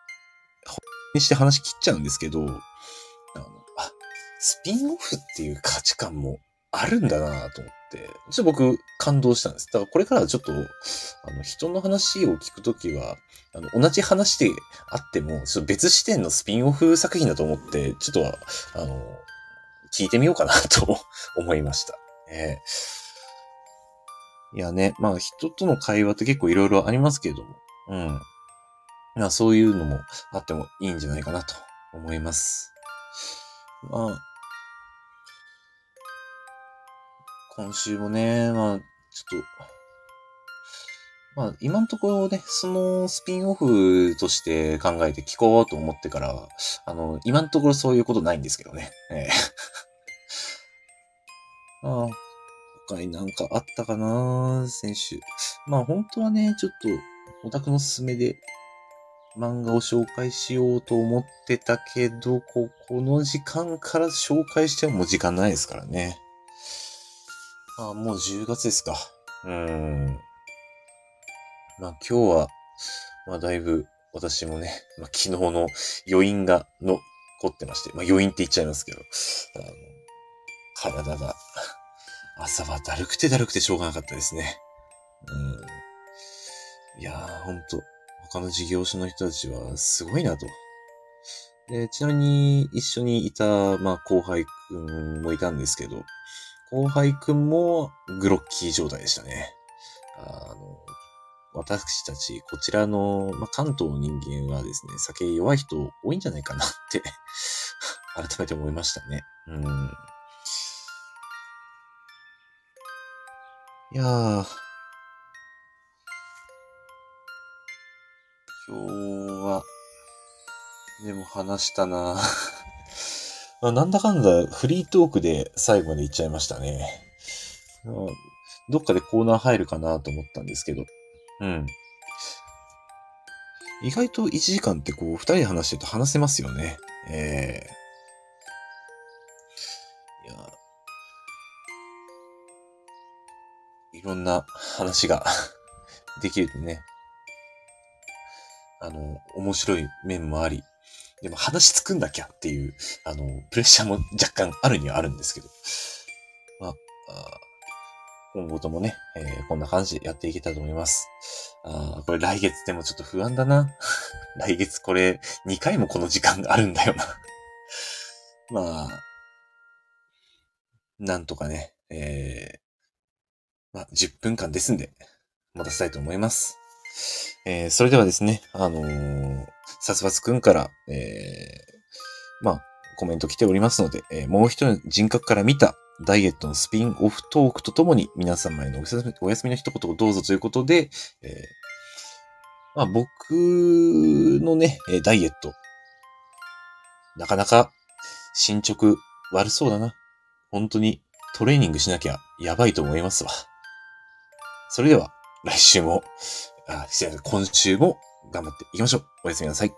[SPEAKER 2] ほにして話切っちゃうんですけど、あの、あ、スピンオフっていう価値観もあるんだなと思って、ちょっと僕感動したんです。だからこれからはちょっと、あの、人の話を聞くときは、あの、同じ話であっても、ちょっと別視点のスピンオフ作品だと思って、ちょっとは、あの、聞いてみようかなと思いました。ええいやね、まあ人との会話って結構いろいろありますけれども、うん。まあそういうのもあってもいいんじゃないかなと思います。まあ、今週もね、まあ、ちょっと、まあ、今のところね、そのスピンオフとして考えて聞こうと思ってから、あの、今のところそういうことないんですけどね。ええ ああ、他になんかあったかな先週。まあ、本当はね、ちょっと、オタクの勧めで、漫画を紹介しようと思ってたけど、ここの時間から紹介してももう時間ないですからね。ああ、もう10月ですか。うーん。まあ今日は、まあだいぶ私もね、まあ昨日の余韻が残ってまして、まあ余韻って言っちゃいますけど、あの、体が、朝はだるくてだるくてしょうがなかったですね。うん。いやー、ほんと、他の事業所の人たちはすごいなと。で、ちなみに一緒にいた、まあ後輩くんもいたんですけど、後輩くんもグロッキー状態でしたね。あの、私たち、こちらの、まあ、関東の人間はですね、酒弱い人多いんじゃないかなって、 改めて思いましたね。うん。いやー。今日は、でも話したな まあなんだかんだフリートークで最後まで行っちゃいましたね。うんどっかでコーナー入るかなと思ったんですけど、うん。意外と1時間ってこう、2人で話してると話せますよね。ええいや、いろんな話が できるとね、あの、面白い面もあり、でも話作んなきゃっていう、あの、プレッシャーも若干あるにはあるんですけど、まあ、あー今後ともね、えーこんな感じでやっていけたらと思います。あーこれ来月でもちょっと不安だな。 来月これ2回もこの時間があるんだよな。 まあ、なんとかね、えーまあ、10分間ですんで、待たせたいと思います。えーそれではですね、あのー、殺伐くんから、えーまあ、コメント来ておりますので、えーもう一人の人格から見たダイエットのスピンオフトークとともに皆様へのお休みお休みの一言をどうぞということで、えーまあ、僕のね、えーダイエット、なかなか進捗悪そうだな。本当にトレーニングしなきゃやばいと思いますわ。それでは来週も、あ、失礼今週も頑張っていきましょう。おやすみなさい。